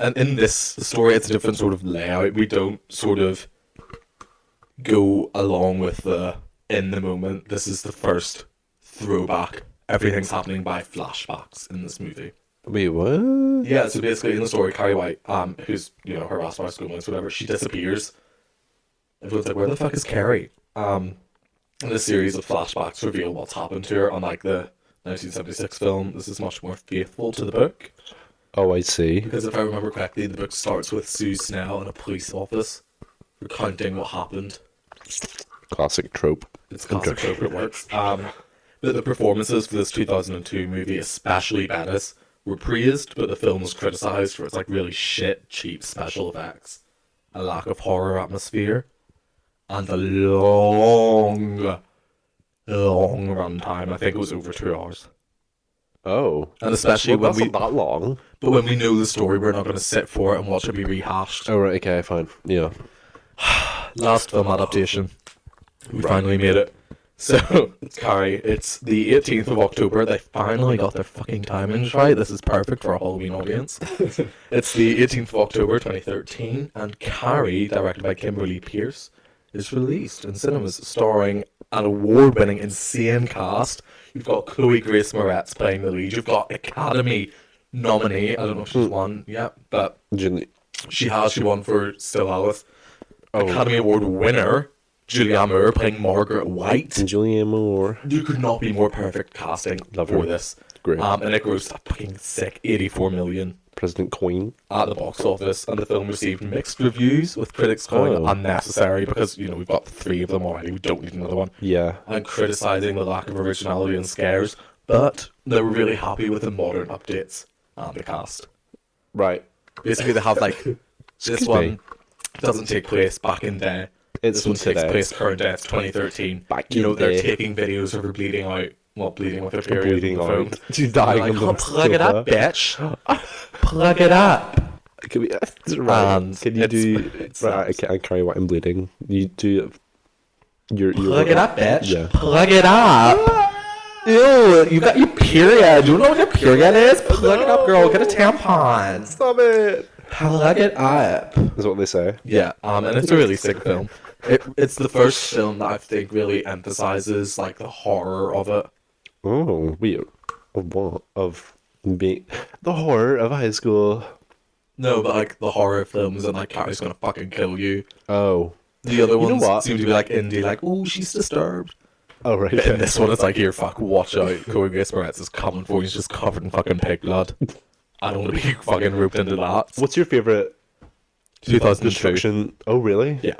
Speaker 2: and in this story, it's a different sort of layout. We don't sort of go along with the in the moment. This is the first throwback. Everything's happening by flashbacks in this movie.
Speaker 1: Wait, what?
Speaker 2: Yeah, so basically in the story, Carrie White, um, who's you know her boss, my schoolmates, whatever, she disappears. Everyone's like, "Where the fuck is Carrie?" Um, in a series of flashbacks reveal what's happened to her, unlike the 1976 film. This is much more faithful to the book
Speaker 1: Oh, I see.
Speaker 2: because, if I remember correctly, the book starts with Sue Snell in a police office recounting what happened.
Speaker 1: Classic trope.
Speaker 2: It's concentrated it works. Um, but the performances for this 2002 movie, especially Bettis, were praised, but the film was criticized for its like really shit, cheap special effects, a lack of horror atmosphere, and the long, long runtime. I think it was over two hours.
Speaker 1: Oh,
Speaker 2: And especially
Speaker 1: well,
Speaker 2: when
Speaker 1: that's
Speaker 2: we,
Speaker 1: not that long.
Speaker 2: but when we know the story, we're not going to sit for it and watch it be rehashed.
Speaker 1: Oh right, okay, fine. Yeah,
Speaker 2: last film adaptation. We finally made it. So, Carrie, it's the 18th of October. They finally got their fucking timings right. This is perfect for a Halloween audience. it's the 18th of October 2013, and Carrie, directed by Kimberly Pierce, is released in cinemas, starring an award winning, insane cast. You've got Chloe Grace Moretz playing the lead. You've got Academy nominee. I don't know if she's won yet, but
Speaker 1: Jin-
Speaker 2: she has. She won for Still Alice. Academy Award winner Julianne Moore playing Margaret White.
Speaker 1: Julianne Moore.
Speaker 2: You could not be more perfect casting
Speaker 1: Love
Speaker 2: for
Speaker 1: her.
Speaker 2: this.
Speaker 1: Great.
Speaker 2: Um, and it grossed a fucking sick 84 million
Speaker 1: President Queen.
Speaker 2: at the box office, and the film received mixed reviews, with critics calling
Speaker 1: Oh.
Speaker 2: it unnecessary because you know we've got three of them already. We don't need another one.
Speaker 1: Yeah.
Speaker 2: And criticizing the lack of originality and scares, but they were really happy with the modern updates and the cast
Speaker 1: Right.
Speaker 2: basically they have like this
Speaker 1: Excuse
Speaker 2: one
Speaker 1: me.
Speaker 2: doesn't take place back in there.
Speaker 1: It's
Speaker 2: this one
Speaker 1: from
Speaker 2: takes
Speaker 1: today.
Speaker 2: place current day, it's 2013.
Speaker 1: Back
Speaker 2: you know
Speaker 1: in
Speaker 2: they're
Speaker 1: there.
Speaker 2: taking videos of her bleeding out, well, bleeding with her period.
Speaker 1: Bleeding
Speaker 2: on the phone.
Speaker 1: on. She's dying
Speaker 2: Like,
Speaker 1: on
Speaker 2: "Oh,
Speaker 1: the
Speaker 2: plug it
Speaker 1: sofa."
Speaker 2: up, bitch. plug it up.
Speaker 1: Can we? Right.
Speaker 2: And
Speaker 1: can you
Speaker 2: Um, it's-
Speaker 1: do?
Speaker 2: it's-
Speaker 1: right. I can't carry what I'm bleeding. You do. You're. you're
Speaker 2: Plug it up, bitch.
Speaker 1: Yeah.
Speaker 2: Plug it up. Ew, you got your period. Do you know what your period is? Plug it up, girl. Get a tampon. Stop it. Plug it up.
Speaker 1: Is what they say.
Speaker 2: Yeah, um, and it's a really sick film. It, it's the first film that I think really emphasizes like the horror of it.
Speaker 1: Oh, weird. Of what? Of being the horror of high school.
Speaker 2: No, but like the horror films and like Carrie's gonna fucking kill you.
Speaker 1: Oh.
Speaker 2: The other
Speaker 1: know
Speaker 2: ones
Speaker 1: what?
Speaker 2: seem to be like indie, like oh she's disturbed.
Speaker 1: Oh right.
Speaker 2: And this one, it's like here, fuck, watch out, Corey Grace Moretz is coming for you. He's just covered in fucking pig blood. I don't want to be fucking roped into that.
Speaker 1: What's your favorite
Speaker 2: 2002.
Speaker 1: destruction? Oh really?
Speaker 2: Yeah,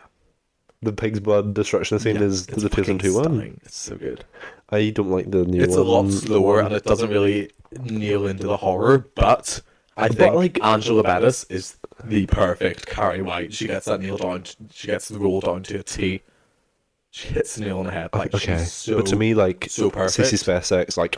Speaker 1: The pig's blood destruction scene
Speaker 2: yeah,
Speaker 1: is the
Speaker 2: fucking
Speaker 1: 2002 one.
Speaker 2: stunning. It's so good.
Speaker 1: I don't like the new
Speaker 2: it's
Speaker 1: one.
Speaker 2: a lot slower and it doesn't really nail into the horror, but I think
Speaker 1: like-
Speaker 2: Angela Bettis is the perfect Carrie White. She gets that nail down. t- She gets the rule down to a T. She hits the nail on the head. Like
Speaker 1: Okay,
Speaker 2: she's so,
Speaker 1: but to me, like
Speaker 2: so perfect.
Speaker 1: Sissy SpaceX, like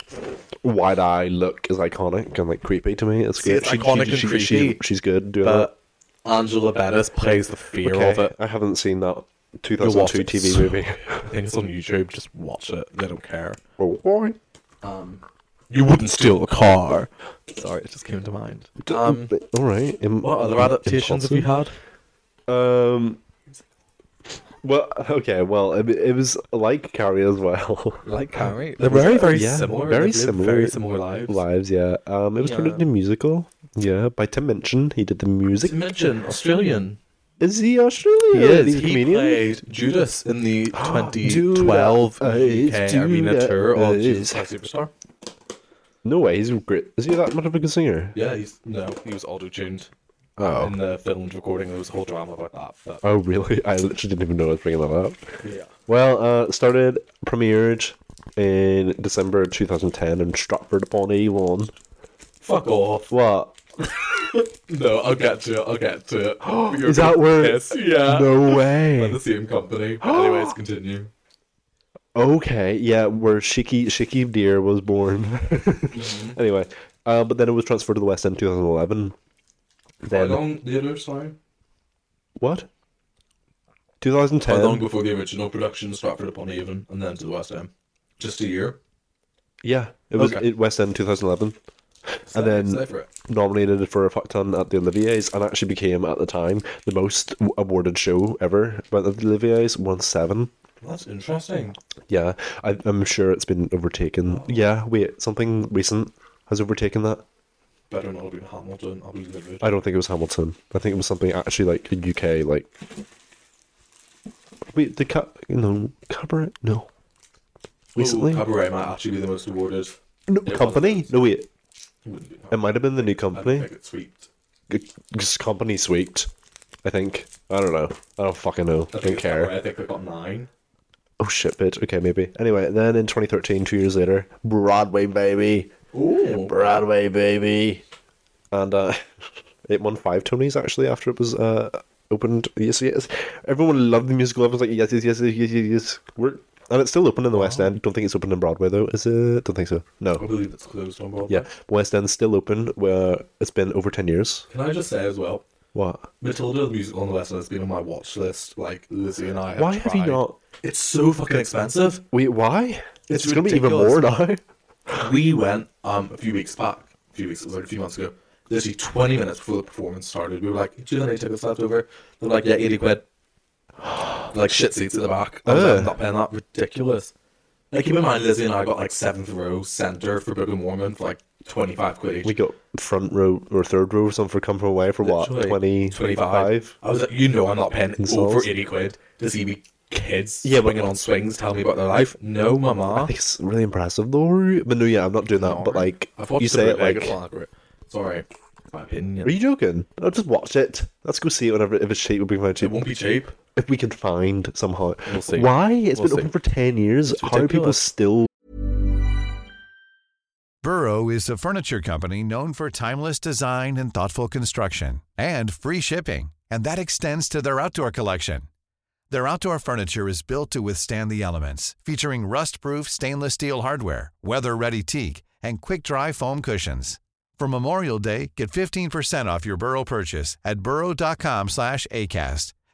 Speaker 1: wide eye look is iconic and like creepy to me. It's
Speaker 2: See,
Speaker 1: good.
Speaker 2: it's iconic and creepy,
Speaker 1: she's good doing
Speaker 2: but Angela Bettis plays the
Speaker 1: that.
Speaker 2: fear
Speaker 1: Okay,
Speaker 2: of it.
Speaker 1: I haven't seen that
Speaker 2: Go watch
Speaker 1: 2002
Speaker 2: it.
Speaker 1: TV
Speaker 2: So
Speaker 1: movie.
Speaker 2: good. I think it's on YouTube. Just watch it. They don't care.
Speaker 1: Oh, why?
Speaker 2: You wouldn't steal a car. Sorry, it just came to mind. Um,
Speaker 1: But- all right. im-
Speaker 2: what other adaptations have you had?
Speaker 1: Um. Well, okay. Well, it, it was like Carrie as well. Uh,
Speaker 2: like Carrie. They're very, very
Speaker 1: Yeah,
Speaker 2: similar.
Speaker 1: very
Speaker 2: They live
Speaker 1: similar
Speaker 2: Very similar lives.
Speaker 1: Lives, yeah. Um, it was turned
Speaker 2: Yeah.
Speaker 1: into a musical. Yeah, by Tim Minchin. He did the music.
Speaker 2: To mention Australian.
Speaker 1: Is he Australian? He's a
Speaker 2: He
Speaker 1: comedian?
Speaker 2: played Judas in the 2012
Speaker 1: 2012 uh, it's
Speaker 2: UK Arena
Speaker 1: Judas.
Speaker 2: tour of
Speaker 1: It
Speaker 2: Jesus
Speaker 1: is.
Speaker 2: Christ Superstar.
Speaker 1: No way. He's great. Is he that much of a good singer?
Speaker 2: Yeah, he's no, he was auto-tuned.
Speaker 1: Oh.
Speaker 2: In the filmed recording, there was a whole drama about that. But
Speaker 1: Oh, really? I literally didn't even know I was bringing that up.
Speaker 2: yeah,
Speaker 1: Well, uh, started premiered in December 2010 in Stratford upon Avon.
Speaker 2: fuck off.
Speaker 1: What?
Speaker 2: No, I'll get to it. I'll get to it. You're
Speaker 1: Is that
Speaker 2: gonna
Speaker 1: where?
Speaker 2: piss. Yeah.
Speaker 1: No
Speaker 2: By the
Speaker 1: way.
Speaker 2: same company. Anyways, continue.
Speaker 1: Okay, yeah, where Shiki Shiki Deer was born.
Speaker 2: Mm-hmm.
Speaker 1: anyway, uh, but then it was transferred to the West End 2011.
Speaker 2: How
Speaker 1: Then
Speaker 2: long later? Sorry.
Speaker 1: what?
Speaker 2: How long
Speaker 1: 2010.
Speaker 2: before the original production, Stratford upon Avon, and then to the West End? Just a year.
Speaker 1: Yeah, it was
Speaker 2: Okay.
Speaker 1: it, West End 2011. And then
Speaker 2: Stay for it.
Speaker 1: nominated for a fuck ton at the Olivier's and actually became at the time the most awarded show ever. But the Olivier's won seven.
Speaker 2: That's interesting.
Speaker 1: Yeah, I, I'm sure it's been overtaken. Yeah, wait, something recent has overtaken that.
Speaker 2: better not have been Hamilton. I'll be livid.
Speaker 1: I don't think it was Hamilton. I think it was something actually like a UK like. Wait, the cup? No, cabaret? No. Recently?
Speaker 2: Ooh, Cabaret might actually be the most awarded.
Speaker 1: no
Speaker 2: It
Speaker 1: company?
Speaker 2: wasn't.
Speaker 1: No wait,
Speaker 2: It wouldn't be
Speaker 1: it might have been the new
Speaker 2: I
Speaker 1: company.
Speaker 2: think it's sweet.
Speaker 1: Just company sweeped. I think. I don't know. I don't fucking know.
Speaker 2: I
Speaker 1: I
Speaker 2: think
Speaker 1: don't
Speaker 2: it's
Speaker 1: care.
Speaker 2: Cabaret. I think they got nine.
Speaker 1: Oh shit, bitch. Okay, maybe. Anyway, then in 2013, two years later, Broadway baby,
Speaker 2: Ooh,
Speaker 1: Broadway baby, and uh, it won five Tonys actually after it was uh opened. Yes, yes. Everyone loved the musical. Everyone's like, yes, yes, yes, yes, yes, yes. We're and it's still open in the West End. Don't think it's open in Broadway though, is it? Don't think so.
Speaker 2: I
Speaker 1: No.
Speaker 2: believe it's closed on Broadway.
Speaker 1: Yeah, West End's still open. Where it's been over ten years.
Speaker 2: Can I just say as well,
Speaker 1: What?
Speaker 2: Matilda the musical on the West End has been on my watch list. Like Lizzie and I. Have
Speaker 1: Why have you
Speaker 2: tried.
Speaker 1: not?
Speaker 2: It's so fucking expensive.
Speaker 1: Wait, why?
Speaker 2: It's
Speaker 1: It's, gonna be even more
Speaker 2: ridiculous.
Speaker 1: now.
Speaker 2: We went um a few weeks back. A few weeks. It was like a few months ago. Literally 20 minutes before the performance started, we were like, "Do you have any tickets left over?" They're like, "Yeah, 80 quid." Like shit seats at the back. I was like,
Speaker 1: Ugh.
Speaker 2: I'm not paying that. Ridiculous. Like keep in mind, Lizzie and I got like seventh row center for Book of Mormon for like 25 quid each.
Speaker 1: We got front row or third row or something for Come From Away for what?
Speaker 2: Literally.
Speaker 1: 20,
Speaker 2: 25. I was like, you know, I'm not paying
Speaker 1: Insults.
Speaker 2: over 80 quid to see me kids
Speaker 1: Yeah, but-
Speaker 2: swinging on swings telling me about their life. No,
Speaker 1: I
Speaker 2: mama.
Speaker 1: think it's really impressive though. But no, yeah, I'm not doing that. But like,
Speaker 2: I've watched
Speaker 1: you say it like,
Speaker 2: Sorry. My opinion.
Speaker 1: are you joking? I'll just watch it. Let's go see it whenever, if it's cheap, we'll bring it
Speaker 2: It
Speaker 1: cheap.
Speaker 2: won't be cheap.
Speaker 1: If we can find somehow.
Speaker 2: We'll see.
Speaker 1: Why? It's
Speaker 2: We'll
Speaker 1: been
Speaker 2: see.
Speaker 1: open for 10 years.
Speaker 2: It's
Speaker 1: How are people
Speaker 2: ridiculous.
Speaker 1: still
Speaker 3: Burrow is a furniture company known for timeless design and thoughtful construction and free shipping, and that extends to their outdoor collection. Their outdoor furniture is built to withstand the elements, featuring rust-proof stainless steel hardware, weather-ready teak, and quick-dry foam cushions. For Memorial Day, get 15% off your Burrow purchase at burrow.com/acast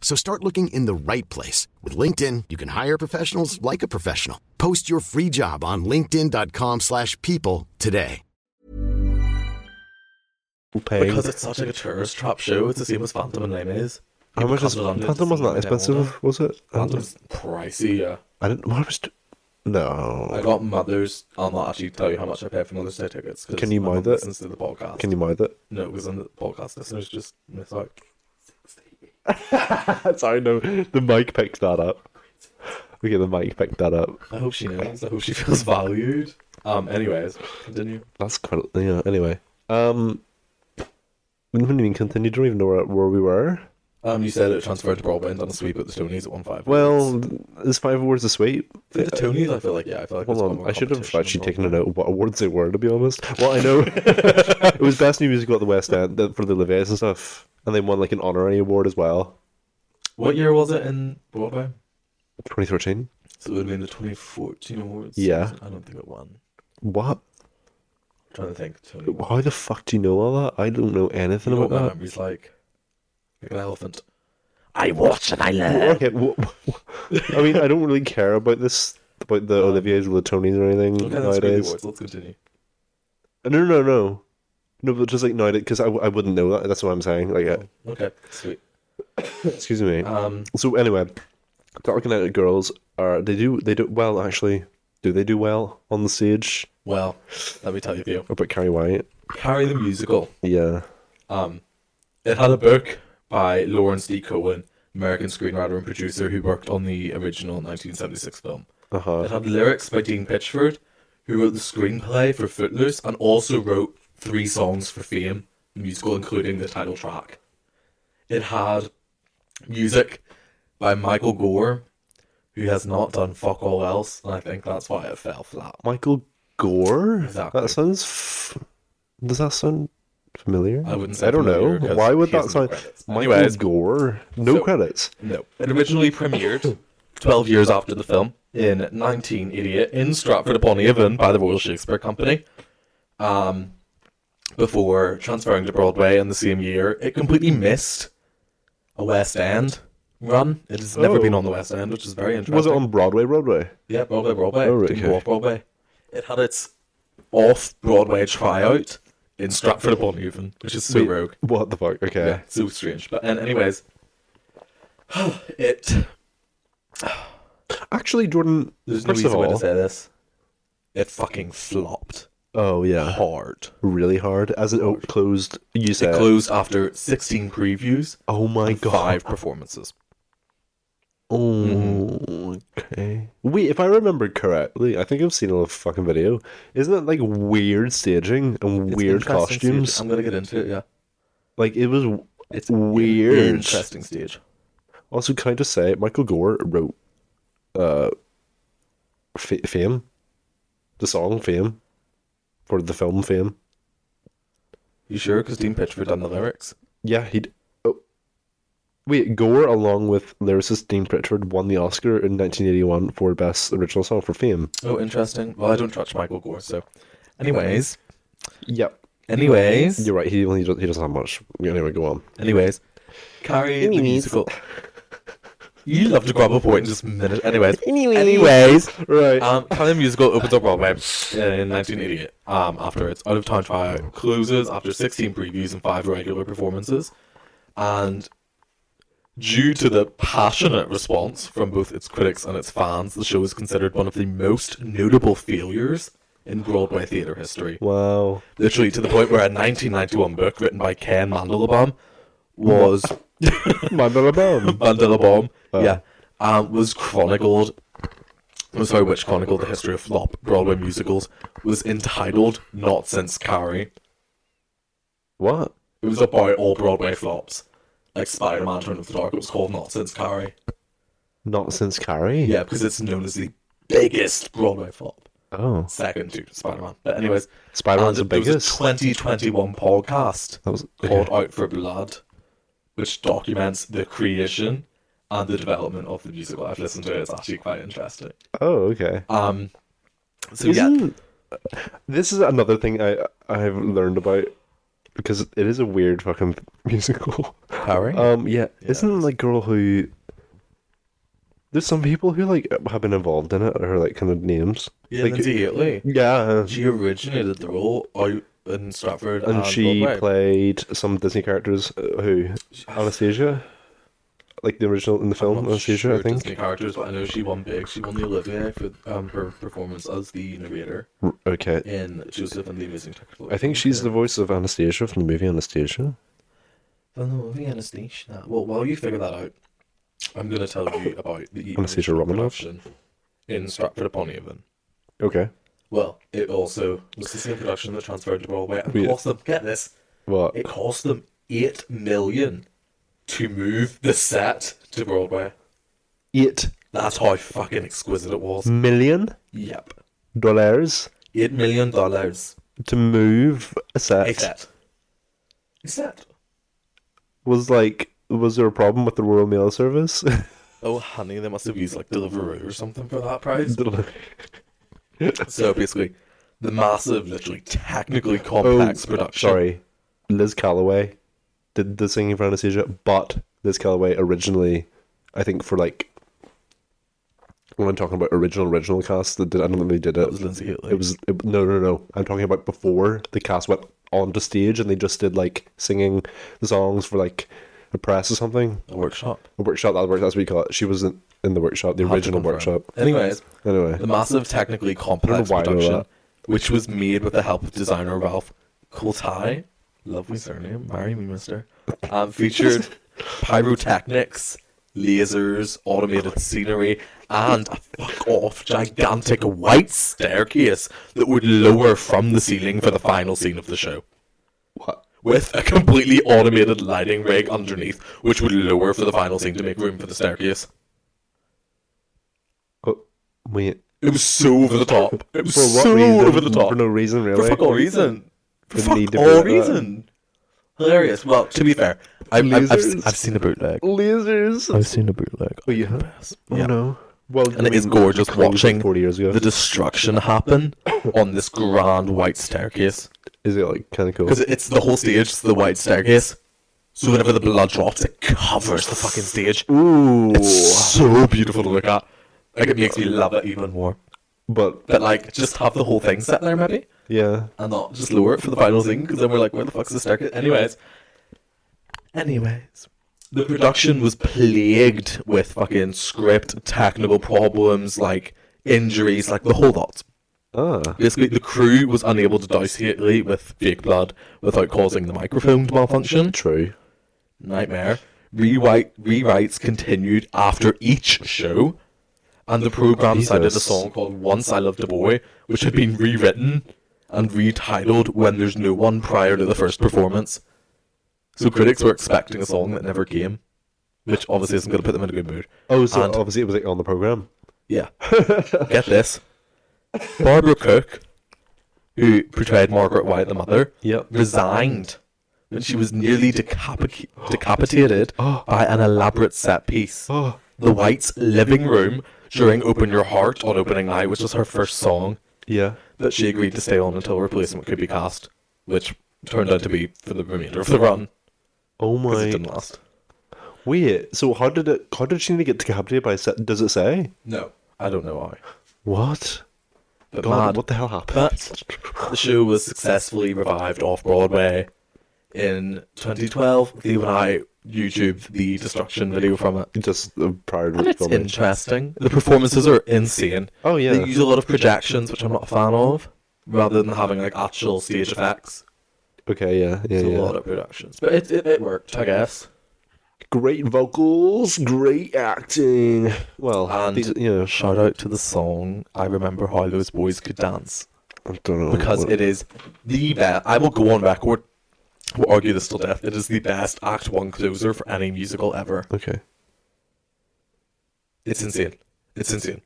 Speaker 4: So start looking in the right place. With LinkedIn, you can hire professionals like a professional. Post your free job on linkedin.com/people slash people today.
Speaker 1: paying?
Speaker 2: Because it's such like a tourist trap show. It's the same as Phantom and Lemmies.
Speaker 1: How much is Phantom? Wasn't that expensive, was it? I don't-
Speaker 2: Phantom's pricey, yeah.
Speaker 1: I didn't. What was?
Speaker 2: I
Speaker 1: No.
Speaker 2: got Mother's. I'll not actually tell you how much I paid for Mother's Day tickets. 'cause
Speaker 1: Can you
Speaker 2: my mum
Speaker 1: mind it?
Speaker 2: Listens to the podcast.
Speaker 1: Can you mind it?
Speaker 2: No, because then the podcast listeners just miss out.
Speaker 1: Sorry, no. The mic picked that up. Okay, the mic picked that up. Oh,
Speaker 2: I hope she knows. I hope she feels valued. Um. Anyways, continue.
Speaker 1: That's quite yeah. Anyway, um, we didn't even continue. Don't even know where, where we were.
Speaker 2: Um. You said it transferred to Broadbent on a sweep at the Tonys at one five.
Speaker 1: Well, is five awards a sweep?
Speaker 2: the Tonys. I feel like yeah. I feel like there's
Speaker 1: Hold
Speaker 2: one
Speaker 1: on,
Speaker 2: more
Speaker 1: I should have
Speaker 2: competition
Speaker 1: actually
Speaker 2: involved.
Speaker 1: taken a note of what awards they were. To be honest, well, I know it was best new musical at the West End that- for the Liviers and stuff, and they won like an honorary award as well.
Speaker 2: What year was it in Broadway?
Speaker 1: 2013.
Speaker 2: So it would have been the 2014 awards.
Speaker 1: Yeah.
Speaker 2: season. I don't think it won.
Speaker 1: What?
Speaker 2: I'm trying to think. Tony, what
Speaker 1: How the fuck do you know all that? I don't know anything
Speaker 2: you know what my
Speaker 1: about
Speaker 2: memory's like? Like an elephant. I watch and I learn.
Speaker 1: that. Okay, wh- wh- I mean, I don't really care about this, about the Olivier's or the Tonys or anything
Speaker 2: Okay, Um, that's great
Speaker 1: nowadays.
Speaker 2: awards. Let's continue.
Speaker 1: No, no, no. No, but just like no, because I, I wouldn't know that. That's what I'm saying. Like, uh,
Speaker 2: Okay, sweet.
Speaker 1: excuse me.
Speaker 2: Oh. Um,
Speaker 1: So anyway, Dark United girls are they do they do well actually. Do they do well on the stage?
Speaker 2: well, let me tell you, Theo.
Speaker 1: About Carrie White,
Speaker 2: Carrie the Musical.
Speaker 1: yeah.
Speaker 2: Um, it had a book by Lawrence D. Cohen, American screenwriter and producer who worked on the original 1976 film.
Speaker 1: Uh-huh.
Speaker 2: It had lyrics by Dean Pitchford, who wrote the screenplay for Footloose and also wrote three songs for Fame, the musical, including the title track. It had music by Michael Gore, who has not done fuck all else, and I think that's why it fell flat.
Speaker 1: Michael Gore.
Speaker 2: Exactly.
Speaker 1: That sounds. F- Does that sound familiar?
Speaker 2: I wouldn't say
Speaker 1: I don't
Speaker 2: familiar,
Speaker 1: know.
Speaker 2: 'cause
Speaker 1: Why would
Speaker 2: he
Speaker 1: that
Speaker 2: has no
Speaker 1: sound?
Speaker 2: credits.
Speaker 1: Michael
Speaker 2: Anyways.
Speaker 1: Gore. No
Speaker 2: So-
Speaker 1: credits.
Speaker 2: No. It originally premiered 12 years after the film in 1988 in Stratford upon Avon by the Royal Shakespeare Company. Um, before transferring to Broadway in the same year. It completely missed a West End run. It has never been
Speaker 1: Oh.
Speaker 2: on the West End, which is very interesting.
Speaker 1: Was it on Broadway, Broadway?
Speaker 2: Yeah, Broadway, Broadway.
Speaker 1: Oh, right,
Speaker 2: Didn't
Speaker 1: okay.
Speaker 2: go off Broadway. It had its off Broadway tryout in Stratford upon Avon, which is so
Speaker 1: Wait,
Speaker 2: rogue.
Speaker 1: What the fuck? Okay.
Speaker 2: Yeah, so strange. But and anyways, it.
Speaker 1: Actually, Jordan.
Speaker 2: There's no
Speaker 1: first
Speaker 2: easy
Speaker 1: of
Speaker 2: way to
Speaker 1: all,
Speaker 2: say this. It fucking flopped
Speaker 1: oh yeah,
Speaker 2: hard.
Speaker 1: really hard as it o- closed. You
Speaker 2: It
Speaker 1: said
Speaker 2: closed after 16 previews,
Speaker 1: Oh my god.
Speaker 2: five performances. Mm-hmm.
Speaker 1: Oh, okay. Wait, if I remember correctly, I think I've seen a little fucking video. Isn't it like weird staging and
Speaker 2: It's
Speaker 1: weird
Speaker 2: interesting stage.
Speaker 1: costumes?
Speaker 2: I'm gonna get into it. Yeah,
Speaker 1: Like it was w-
Speaker 2: it's
Speaker 1: weird.
Speaker 2: Interesting stage.
Speaker 1: Also, can I just say, Michael Gore wrote, uh, F- Fame, the song Fame, for the film Fame.
Speaker 2: You sure? Because Dean Pitchford done the lyrics.
Speaker 1: Yeah, he'd. Oh, wait, Gore, along with lyricist Dean Pritchard, won the Oscar in 1981 for Best Original Song for Fame.
Speaker 2: Oh, interesting. Well, I don't touch Michael Gore, so. Anyways,
Speaker 1: Yep,
Speaker 2: anyways,
Speaker 1: you're right. He only he doesn't have much. Anyway, go on.
Speaker 2: anyways. Carrie the musical. You love to grab a point in just a minute. Anyways, anyways,
Speaker 1: Right.
Speaker 2: Um, Carrie the musical opens up Broadway in 1988. Um, after its out of town tryout closes after 16 previews and five regular performances, and due to the passionate response from both its critics and its fans, the show is considered one of the most notable failures in Broadway theatre history
Speaker 1: wow.
Speaker 2: literally to the point where a 1991 book written by Ken Mandelbaum was
Speaker 1: Mandalabam.
Speaker 2: Mandelbaum, yeah, um, was chronicled. I'm sorry, which chronicled the history of flop Broadway musicals was entitled "Not Since Carrie."
Speaker 1: what?
Speaker 2: It was about all Broadway flops, like Spider-Man: Turn of the Dark. It was called "Not Since Carrie."
Speaker 1: Not since Carrie.
Speaker 2: Yeah, because it's known as the biggest Broadway flop,
Speaker 1: Oh,
Speaker 2: second to Spider-Man. But anyways,
Speaker 1: Spider-Man's the
Speaker 2: and there was a
Speaker 1: biggest.
Speaker 2: 2021 podcast.
Speaker 1: that was
Speaker 2: called Out for Blood, which documents the creation and the development of the musical. I've listened to it; it's actually quite interesting.
Speaker 1: Oh, okay.
Speaker 2: Um, so yeah,
Speaker 1: Isn't- This is another thing I I've learned about because it is a weird fucking musical.
Speaker 2: Harry.
Speaker 1: Um, yeah, isn't like girl who? There's some people who like have been involved in it or like kind of names.
Speaker 2: yeah,
Speaker 1: like-
Speaker 2: Lindsay Hitley.
Speaker 1: Yeah,
Speaker 2: She originated the role out in Stratford,
Speaker 1: and she
Speaker 2: Broadway.
Speaker 1: played some Disney characters. uh, Who Anastasia, like the original in the film
Speaker 2: I'm not
Speaker 1: Anastasia,
Speaker 2: sure
Speaker 1: I think.
Speaker 2: Disney characters, but I know she won big. She won the Olivier for um, her performance as the narrator
Speaker 1: R- Okay,
Speaker 2: in Joseph and the Amazing Technicolor.
Speaker 1: I think she's the
Speaker 2: Dreamcoat.
Speaker 1: voice of Anastasia from the movie Anastasia.
Speaker 2: From the movie Anastasia. Well, while you figure that out, I'm going to tell you about the
Speaker 1: Anastasia
Speaker 2: original
Speaker 1: Romanoff?
Speaker 2: production in Stratford upon Avon.
Speaker 1: Okay,
Speaker 2: Well, it also was the same production that transferred to Broadway and
Speaker 1: Yeah.
Speaker 2: cost them, get this,
Speaker 1: what?
Speaker 2: it cost them 8 million to move the set to Broadway.
Speaker 1: Eight
Speaker 2: That's how fucking exquisite it was.
Speaker 1: million
Speaker 2: Yep.
Speaker 1: dollars
Speaker 2: 8 million dollars.
Speaker 1: to move a set.
Speaker 2: A set. A set.
Speaker 1: was like was there a problem with the Royal Mail Service?
Speaker 2: Oh, honey, they must have used like Deliveroo or something for that price.
Speaker 1: okay.
Speaker 2: So basically, the massive, literally technically complex production.
Speaker 1: Oh, Sorry. Liz Calloway did the singing for Anastasia, but Liz Calloway originally I think for like when I'm talking about original original cast that did I don't think they did it. It
Speaker 2: was Lindsay Hitley.
Speaker 1: It was it, no no no. I'm talking about before the cast went onto stage and they just did like singing the songs for like a press or something.
Speaker 2: The workshop.
Speaker 1: A workshop that work that's what you call it. She wasn't in the workshop, the
Speaker 2: Had to
Speaker 1: original
Speaker 2: confirm.
Speaker 1: workshop.
Speaker 2: Anyways,
Speaker 1: Anyway.
Speaker 2: the massive, technically complex
Speaker 1: why I know
Speaker 2: production,
Speaker 1: that.
Speaker 2: which was made with the help of designer Ralph Coltai, lovely surname, marry me, mister, um, featured pyrotechnics, lasers, automated scenery, and a fuck off gigantic white staircase that would lower from the ceiling for the final scene of the show.
Speaker 1: What?
Speaker 2: with a completely automated lighting rig underneath, which would lower for the final scene to make room for the staircase.
Speaker 1: Oh, wait.
Speaker 2: It was so over the top. It was
Speaker 1: For what
Speaker 2: so
Speaker 1: reason?
Speaker 2: over the top.
Speaker 1: For no reason,
Speaker 2: For
Speaker 1: really.
Speaker 2: fuck all reason. For
Speaker 1: Didn't
Speaker 2: fuck
Speaker 1: need to be
Speaker 2: all
Speaker 1: like that.
Speaker 2: reason. Hilarious. Well, to be fair, I, I, I've,
Speaker 1: Lasers.
Speaker 2: I've seen a bootleg.
Speaker 1: Lasers.
Speaker 2: I've seen a bootleg.
Speaker 1: Oh, you have? Oh, no. Well,
Speaker 2: And it is gorgeous watching
Speaker 1: forty years ago.
Speaker 2: the destruction happen on this grand white staircase.
Speaker 1: Is it like kind of cool?
Speaker 2: Because it's the whole stage, the wide staircase. So whenever the blood drops, it covers the fucking stage.
Speaker 1: Ooh,
Speaker 2: It's so beautiful to look at. Like it makes me love it even more.
Speaker 1: but
Speaker 2: But like, just have the whole thing set there maybe,
Speaker 1: yeah,
Speaker 2: and not just lower it for the final thing. Because then we're like, where the fuck's the staircase? Anyways, anyways, the production was plagued with fucking script, technical problems, like injuries, like the whole lot.
Speaker 1: ah,
Speaker 2: Basically, the crew was unable to douse Haley with fake blood without causing the microphone to malfunction.
Speaker 1: true.
Speaker 2: Nightmare. Rewrite rewrites continued after each show, and the program cited a
Speaker 1: Jesus.
Speaker 2: song called "Once I Loved a Boy," which had been rewritten and retitled "When There's No One" prior to the first performance. So critics were expecting a song that never came, which obviously isn't going to put them in a good mood.
Speaker 1: Oh, so
Speaker 2: And-
Speaker 1: obviously it was like on the program.
Speaker 2: yeah. Get this. Barbara Cook, who portrayed Margaret White, the mother,
Speaker 1: Yep.
Speaker 2: resigned when she was nearly decapic- decapitated by an elaborate set piece. The White's living room during Open Your Heart on opening night, which was her first song,
Speaker 1: Yeah,
Speaker 2: that she agreed to stay on until a replacement could be cast, which turned out to be for the remainder of the run.
Speaker 1: Oh
Speaker 2: 'cause
Speaker 1: my.
Speaker 2: It didn't last.
Speaker 1: Wait, so how did it? How did she need to get decapitated by? se- Does it say
Speaker 2: No. I don't know why.
Speaker 1: what?
Speaker 2: But
Speaker 1: God,
Speaker 2: mad.
Speaker 1: what the hell happened?
Speaker 2: But the show was successfully revived off Broadway in 2012. Theo and I YouTube the destruction video from it.
Speaker 1: Just uh, prior to
Speaker 2: And it's
Speaker 1: filming.
Speaker 2: interesting. The performances are insane.
Speaker 1: Oh, yeah.
Speaker 2: They use a lot of projections, which I'm not a fan of, rather than having like actual stage effects.
Speaker 1: Okay, yeah, yeah,
Speaker 2: It's
Speaker 1: yeah.
Speaker 2: a lot of productions, but it, it, it worked, I guess.
Speaker 1: Great vocals, great acting. Well,
Speaker 2: And
Speaker 1: these- you know,
Speaker 2: shout out to the song "I Remember How Those Boys Could Dance."
Speaker 1: I don't know
Speaker 2: because
Speaker 1: what-
Speaker 2: it is the best. I will go on record. Will argue this till death. It is the best Act One closer for any musical ever.
Speaker 1: Okay.
Speaker 2: It's insane. It's insane.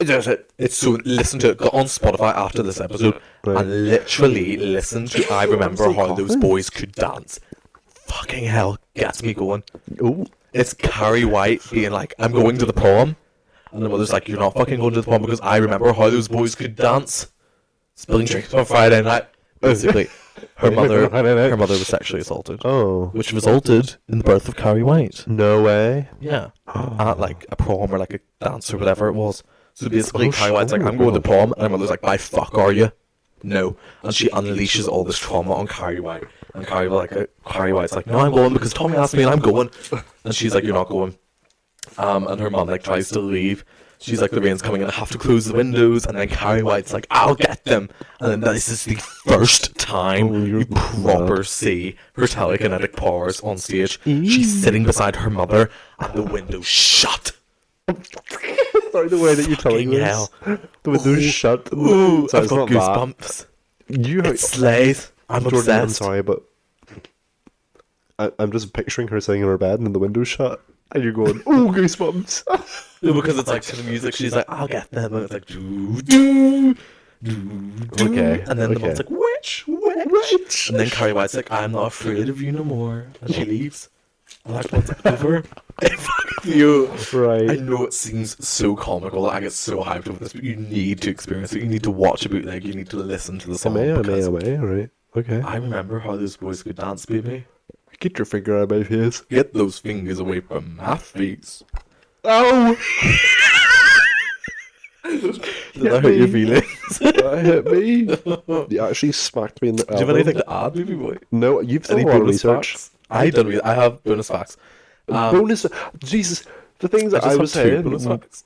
Speaker 2: It's- It's so. Listen to it. Go on Spotify after this episode
Speaker 1: Right.
Speaker 2: and literally listen to "I Remember How Those Boys Could Dance." Fucking hell, gets me going.
Speaker 1: Ooh.
Speaker 2: It's Carrie White being like, "I'm going to the prom," and the mother's like, "You're not fucking going to the prom because I remember how those boys could dance, spilling drinks on Friday night." Basically, her mother, her mother was sexually assaulted,
Speaker 1: Oh
Speaker 2: which resulted in the birth of Carrie White.
Speaker 1: no way!
Speaker 2: Yeah, at Ah, like a prom or like a dance or whatever it was. So basically,
Speaker 1: Oh,
Speaker 2: Carrie White's like,
Speaker 1: sure.
Speaker 2: "I'm going to prom," and her mother's like, "By fuck, are you?" No, and she unleashes all this trauma on Carrie White, and Carrie like uh, Carrie White's like, "No, I'm going because Tommy asked me, and I'm going," and she's like, "You're not going." Um, and her mom like tries to leave. She's like, the rain's coming and I have to close the windows. And then Carrie White's like, I'll get them. And then this is the first time
Speaker 1: Oh,
Speaker 2: you proper see her telekinetic powers on stage. She's sitting beside her mother and the window's shut.
Speaker 1: Sorry, the way that you're telling
Speaker 2: Fucking
Speaker 1: this.
Speaker 2: hell.
Speaker 1: The window's shut.
Speaker 2: Ooh,
Speaker 1: Sorry,
Speaker 2: I've
Speaker 1: it's not
Speaker 2: got
Speaker 1: that.
Speaker 2: goosebumps.
Speaker 1: You
Speaker 2: It slays. I'm
Speaker 1: Jordan, I'm
Speaker 2: obsessed.
Speaker 1: sorry, but I, I'm just picturing her sitting in her bed and then the window shut, and you're going, "Ooh, goosebumps!"
Speaker 2: No, because it's like to the music, she's like, I'll get them. And it's like, doo, doo, doo, doo.
Speaker 1: Okay,
Speaker 2: And then the mom's
Speaker 1: okay.
Speaker 2: like, witch, witch. And then Carrie White's like, I'm not afraid of you no more. And she leaves. And that one's over. Fuck you.
Speaker 1: Right.
Speaker 2: I know it seems so comical. I get so hyped over this, but you need to experience it. You need to watch a bootleg. You need to listen to the song.
Speaker 1: May I, may
Speaker 2: because
Speaker 1: I, may I? Right? Okay.
Speaker 2: I remember how those boys could dance, baby.
Speaker 1: Get your finger out of my face.
Speaker 2: Get those fingers away from my face.
Speaker 1: Ow!
Speaker 2: Did that hurt your
Speaker 1: me.
Speaker 2: feelings?
Speaker 1: That hit me. You actually smacked me in the.
Speaker 2: Do you have anything to add, baby boy?
Speaker 1: No, you've done
Speaker 2: Any
Speaker 1: a lot of
Speaker 2: bonus
Speaker 1: research.
Speaker 2: facts? I done. re- I have bonus facts.
Speaker 1: bonus. Jesus, the things that I,
Speaker 2: just
Speaker 1: was
Speaker 2: have two
Speaker 1: saying.
Speaker 2: bonus facts.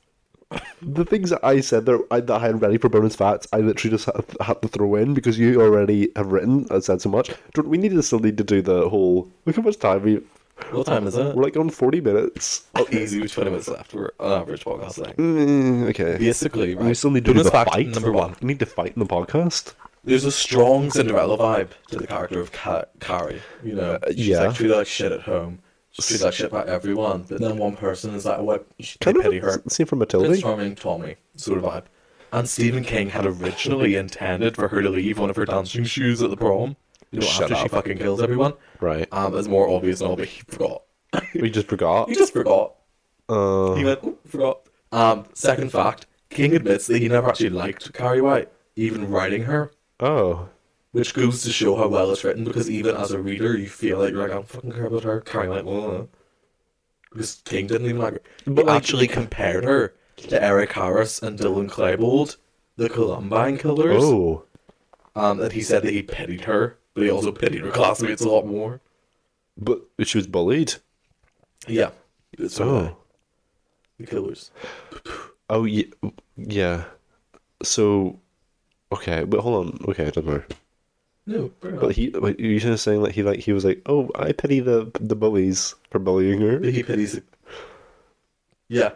Speaker 1: The things that I said that I, that I had ready for bonus facts, I literally just had, had to throw in because you already have written and said so much. Jordan, we need to still need to do the whole. Look how much time we.
Speaker 2: What time is it?
Speaker 1: We're like on forty minutes.
Speaker 2: Oh, easy. We've 20 minutes left. We're on average podcast length.
Speaker 1: Mm, okay.
Speaker 2: Basically, right.
Speaker 1: we still need to do
Speaker 2: bonus
Speaker 1: the
Speaker 2: fact
Speaker 1: fight.
Speaker 2: number one.
Speaker 1: We need to fight in the podcast.
Speaker 2: There's a strong Cinderella vibe to the character of Ca- Carrie. You know, she's
Speaker 1: Uh, yeah.
Speaker 2: like treated like shit at home. She's treated like shit by everyone. But then one person is like, what? You should
Speaker 1: Kind of
Speaker 2: pity
Speaker 1: a
Speaker 2: her.
Speaker 1: scene from
Speaker 2: Prince
Speaker 1: Matilda.
Speaker 2: Charming Tommy sort of vibe. And Stephen King had originally intended for her to leave one of her dancing shoes at the prom. You know,
Speaker 1: Shut
Speaker 2: after she
Speaker 1: up.
Speaker 2: fucking kills everyone.
Speaker 1: Right.
Speaker 2: Um, it's more obvious and all, but he forgot.
Speaker 1: Uh, We just forgot.
Speaker 2: He just forgot.
Speaker 1: Uh,
Speaker 2: He went, "Oop, forgot. Um, second fact, King admits that he never actually liked Carrie White, even writing her,
Speaker 1: oh.
Speaker 2: Which goes to show how well it's written because even as a reader, you feel like you're like, I don't fucking care about her. Kind of like, well, because King didn't even like her. But actually compared her to Eric Harris and Dylan Klebold, the Columbine killers.
Speaker 1: Oh,
Speaker 2: Um, and he said that he pitied her, but he also pitied her classmates a lot more.
Speaker 1: but she was bullied.
Speaker 2: Yeah. So
Speaker 1: Oh,
Speaker 2: the killers.
Speaker 1: oh, yeah, yeah. So, okay, but hold on. Okay, don't worry.
Speaker 2: No, fair enough.
Speaker 1: But he, like, you just saying that he like he was like, oh, I pity the the bullies for bullying her,
Speaker 2: he pities. the- Yeah,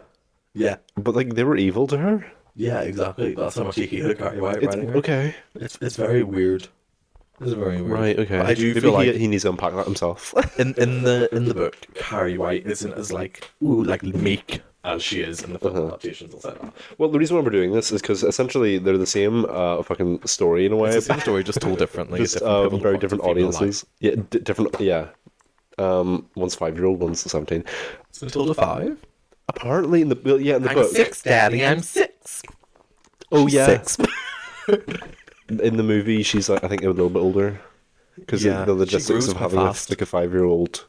Speaker 2: yeah,
Speaker 1: but like they were evil to her.
Speaker 2: yeah. Exactly. That's how much he hated Carrie White
Speaker 1: It's
Speaker 2: writing her.
Speaker 1: okay,
Speaker 2: It's it's very weird. It's very weird.
Speaker 1: right? Okay,
Speaker 2: But I do
Speaker 1: Maybe
Speaker 2: feel
Speaker 1: he,
Speaker 2: like
Speaker 1: he needs to unpack that himself.
Speaker 2: in in the in the book, Carrie White isn't as like ooh like meek as she is in the
Speaker 1: Uh-huh.
Speaker 2: film adaptations, etc.
Speaker 1: well, the reason why we're doing this is because essentially they're the same uh fucking story in a way,
Speaker 5: It's the same story, just told differently.
Speaker 1: just
Speaker 5: different
Speaker 1: uh,
Speaker 5: pivotal
Speaker 1: very
Speaker 5: points of
Speaker 1: different
Speaker 5: female life.
Speaker 1: audiences. Yeah, d- different. Yeah, um, one's five year old, one's seventeen.
Speaker 2: So Matilda five.
Speaker 1: Apparently, in the well, yeah, in the
Speaker 2: I'm
Speaker 1: book,
Speaker 2: six, Daddy. I'm six.
Speaker 1: Oh yeah.
Speaker 2: Six.
Speaker 1: In the movie, she's like I think a little bit older because
Speaker 2: Yeah,
Speaker 1: the
Speaker 2: she
Speaker 1: logistics
Speaker 2: grows
Speaker 1: of
Speaker 2: quite
Speaker 1: having a,
Speaker 2: fast.
Speaker 1: like a five-year-old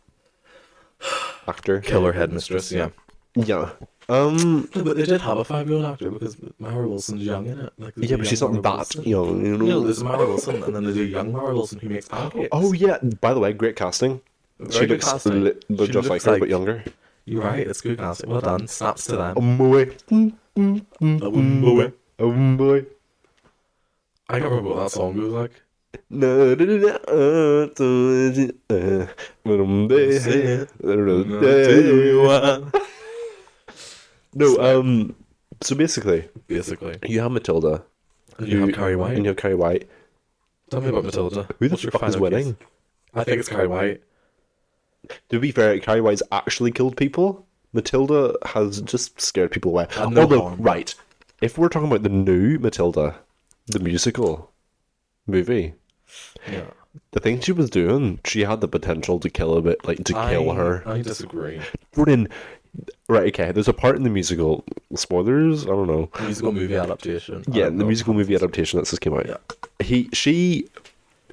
Speaker 1: actor.
Speaker 2: Killer headmistress. Yeah.
Speaker 1: Yeah. Um.
Speaker 2: No, but they did have a five-year-old actor because Mara Wilson's young in it. Like, they
Speaker 1: Yeah,
Speaker 2: do
Speaker 1: but she's
Speaker 2: young
Speaker 1: not
Speaker 2: Mara
Speaker 1: that
Speaker 2: Wilson.
Speaker 1: young. You know.
Speaker 2: No, there's Mara Wilson, and then there's a young Mara Wilson who makes pancakes.
Speaker 1: oh yeah. By the way, great casting. she
Speaker 2: Very good
Speaker 1: looks
Speaker 2: casting.
Speaker 1: li- look
Speaker 2: She
Speaker 1: just like
Speaker 2: looks
Speaker 1: her, but
Speaker 2: like-
Speaker 1: younger.
Speaker 2: You're right, it's good casting. Well done. Snaps to them.
Speaker 1: Um, boy. Oh, mm. Um, boy.
Speaker 2: I can't remember what that song was like.
Speaker 1: No, no, no, no, uh, uh, uh, um,
Speaker 2: Say
Speaker 1: No, um, so basically,
Speaker 2: Basically.
Speaker 1: you have Matilda,
Speaker 2: And you have Carrie White.
Speaker 1: and you have Carrie White.
Speaker 2: Tell me about Matilda.
Speaker 1: Who the
Speaker 2: What's your
Speaker 1: fuck is
Speaker 2: final guess?
Speaker 1: winning?
Speaker 2: I think it's Carrie White.
Speaker 1: To be fair, Carrie White's actually killed people. Matilda has just scared people away.
Speaker 2: And no
Speaker 1: Although,
Speaker 2: harm.
Speaker 1: right, if we're talking about the new Matilda, the musical movie,
Speaker 2: Yeah.
Speaker 1: the thing she was doing, she had the potential to kill a bit, like to kill
Speaker 2: I-
Speaker 1: her.
Speaker 2: I disagree.
Speaker 1: Jordan, right? Okay, there's a part in the musical. Spoilers? I don't know.
Speaker 2: Musical movie adaptation. I
Speaker 1: Yeah,
Speaker 2: don't
Speaker 1: the
Speaker 2: know.
Speaker 1: musical movie adaptation that just came out. He she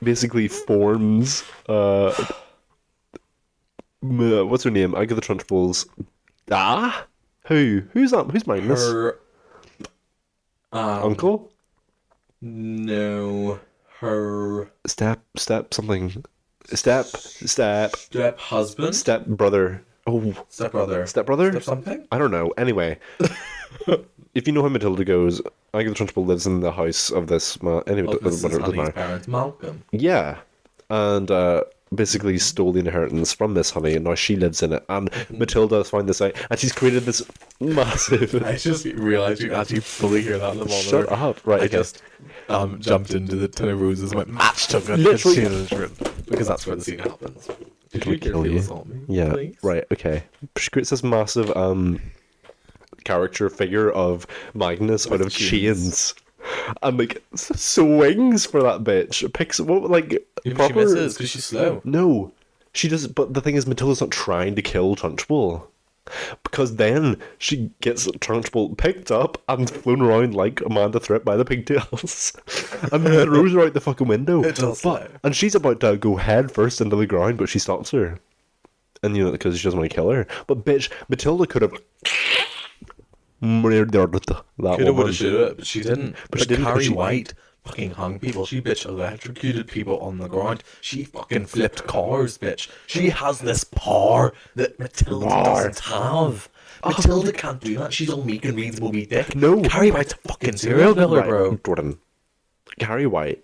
Speaker 1: basically forms uh m- uh, what's her name? Agatha Trunchbull's Ah Who? Who's that who's mine? This
Speaker 2: Her. Um,
Speaker 1: uncle?
Speaker 2: no. Her
Speaker 1: Step step something. Step step
Speaker 2: step husband?
Speaker 1: step brother. Oh
Speaker 2: Step brother.
Speaker 1: step brother?
Speaker 2: Step something?
Speaker 1: I don't know. Anyway. if you know how Matilda goes, Agatha Trunchbull lives in the house of this ma anyway,
Speaker 2: Of
Speaker 1: it doesn't
Speaker 2: Mrs.
Speaker 1: matter, it doesn't
Speaker 2: Honey's
Speaker 1: matter.
Speaker 2: parents, Malcolm.
Speaker 1: Yeah, and uh, basically stole the inheritance from Miss Honey, and now she lives in it. And Matilda has found this out, and she's created this massive.
Speaker 2: I just realized you actually fully hear that in the moment.
Speaker 1: Shut up! Right,
Speaker 2: I
Speaker 1: okay.
Speaker 2: just um, jumped into the Tin of Roses and went match to good
Speaker 1: Literally-
Speaker 2: because that's where the scene happens. Did
Speaker 1: Can we kill you? yeah, right, okay. She creates this massive um character figure of Magnus out of chains. And like s- swings for that bitch. Picks what like
Speaker 2: She
Speaker 1: proper.
Speaker 2: misses because she's slow.
Speaker 1: No, she does. But the thing is, Matilda's not trying to kill Trunchbull. Because then she gets Trunchbull picked up and flown around like Amanda Threat by the pigtails, and then throws her out the fucking window.
Speaker 2: It does
Speaker 1: But,
Speaker 2: though.
Speaker 1: and she's about to go head first into the ground, but she stops her, and you know because she doesn't want to kill her. But bitch, Matilda could have murdered that
Speaker 2: Coulda, woulda,
Speaker 1: woman.
Speaker 2: shoulda, but she didn't. But,
Speaker 1: she didn't, but
Speaker 2: Carrie
Speaker 1: she-
Speaker 2: White fucking hung people. She bitch electrocuted people on the ground. She fucking flipped cars, bitch. She has this power that Matilda doesn't have. Matilda can't do that. She's all meek and reads Moby Dick.
Speaker 1: Ah. No.
Speaker 2: Carrie White's a fucking serial killer,
Speaker 1: Right,
Speaker 2: bro.
Speaker 1: Jordan. Carrie White.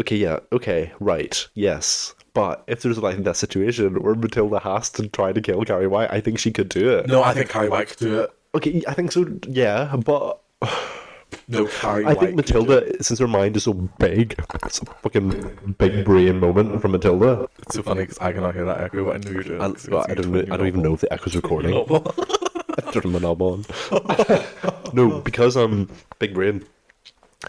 Speaker 1: Okay, yeah, okay, right, yes. But if there's like that situation where Matilda has to try to kill Carrie White, I think she could do it.
Speaker 2: No, I think Carrie White could do it.
Speaker 1: Okay, I think so, yeah, but
Speaker 2: No, Carrie
Speaker 1: I
Speaker 2: White.
Speaker 1: think Matilda, since her mind is so big, it's a fucking big brain moment from Matilda.
Speaker 2: It's so funny because I cannot hear that echo, but I know you're doing
Speaker 1: And, but I, don't, know- I don't even know if the echo's recording. Turn my knob on. no, because I'm big brain.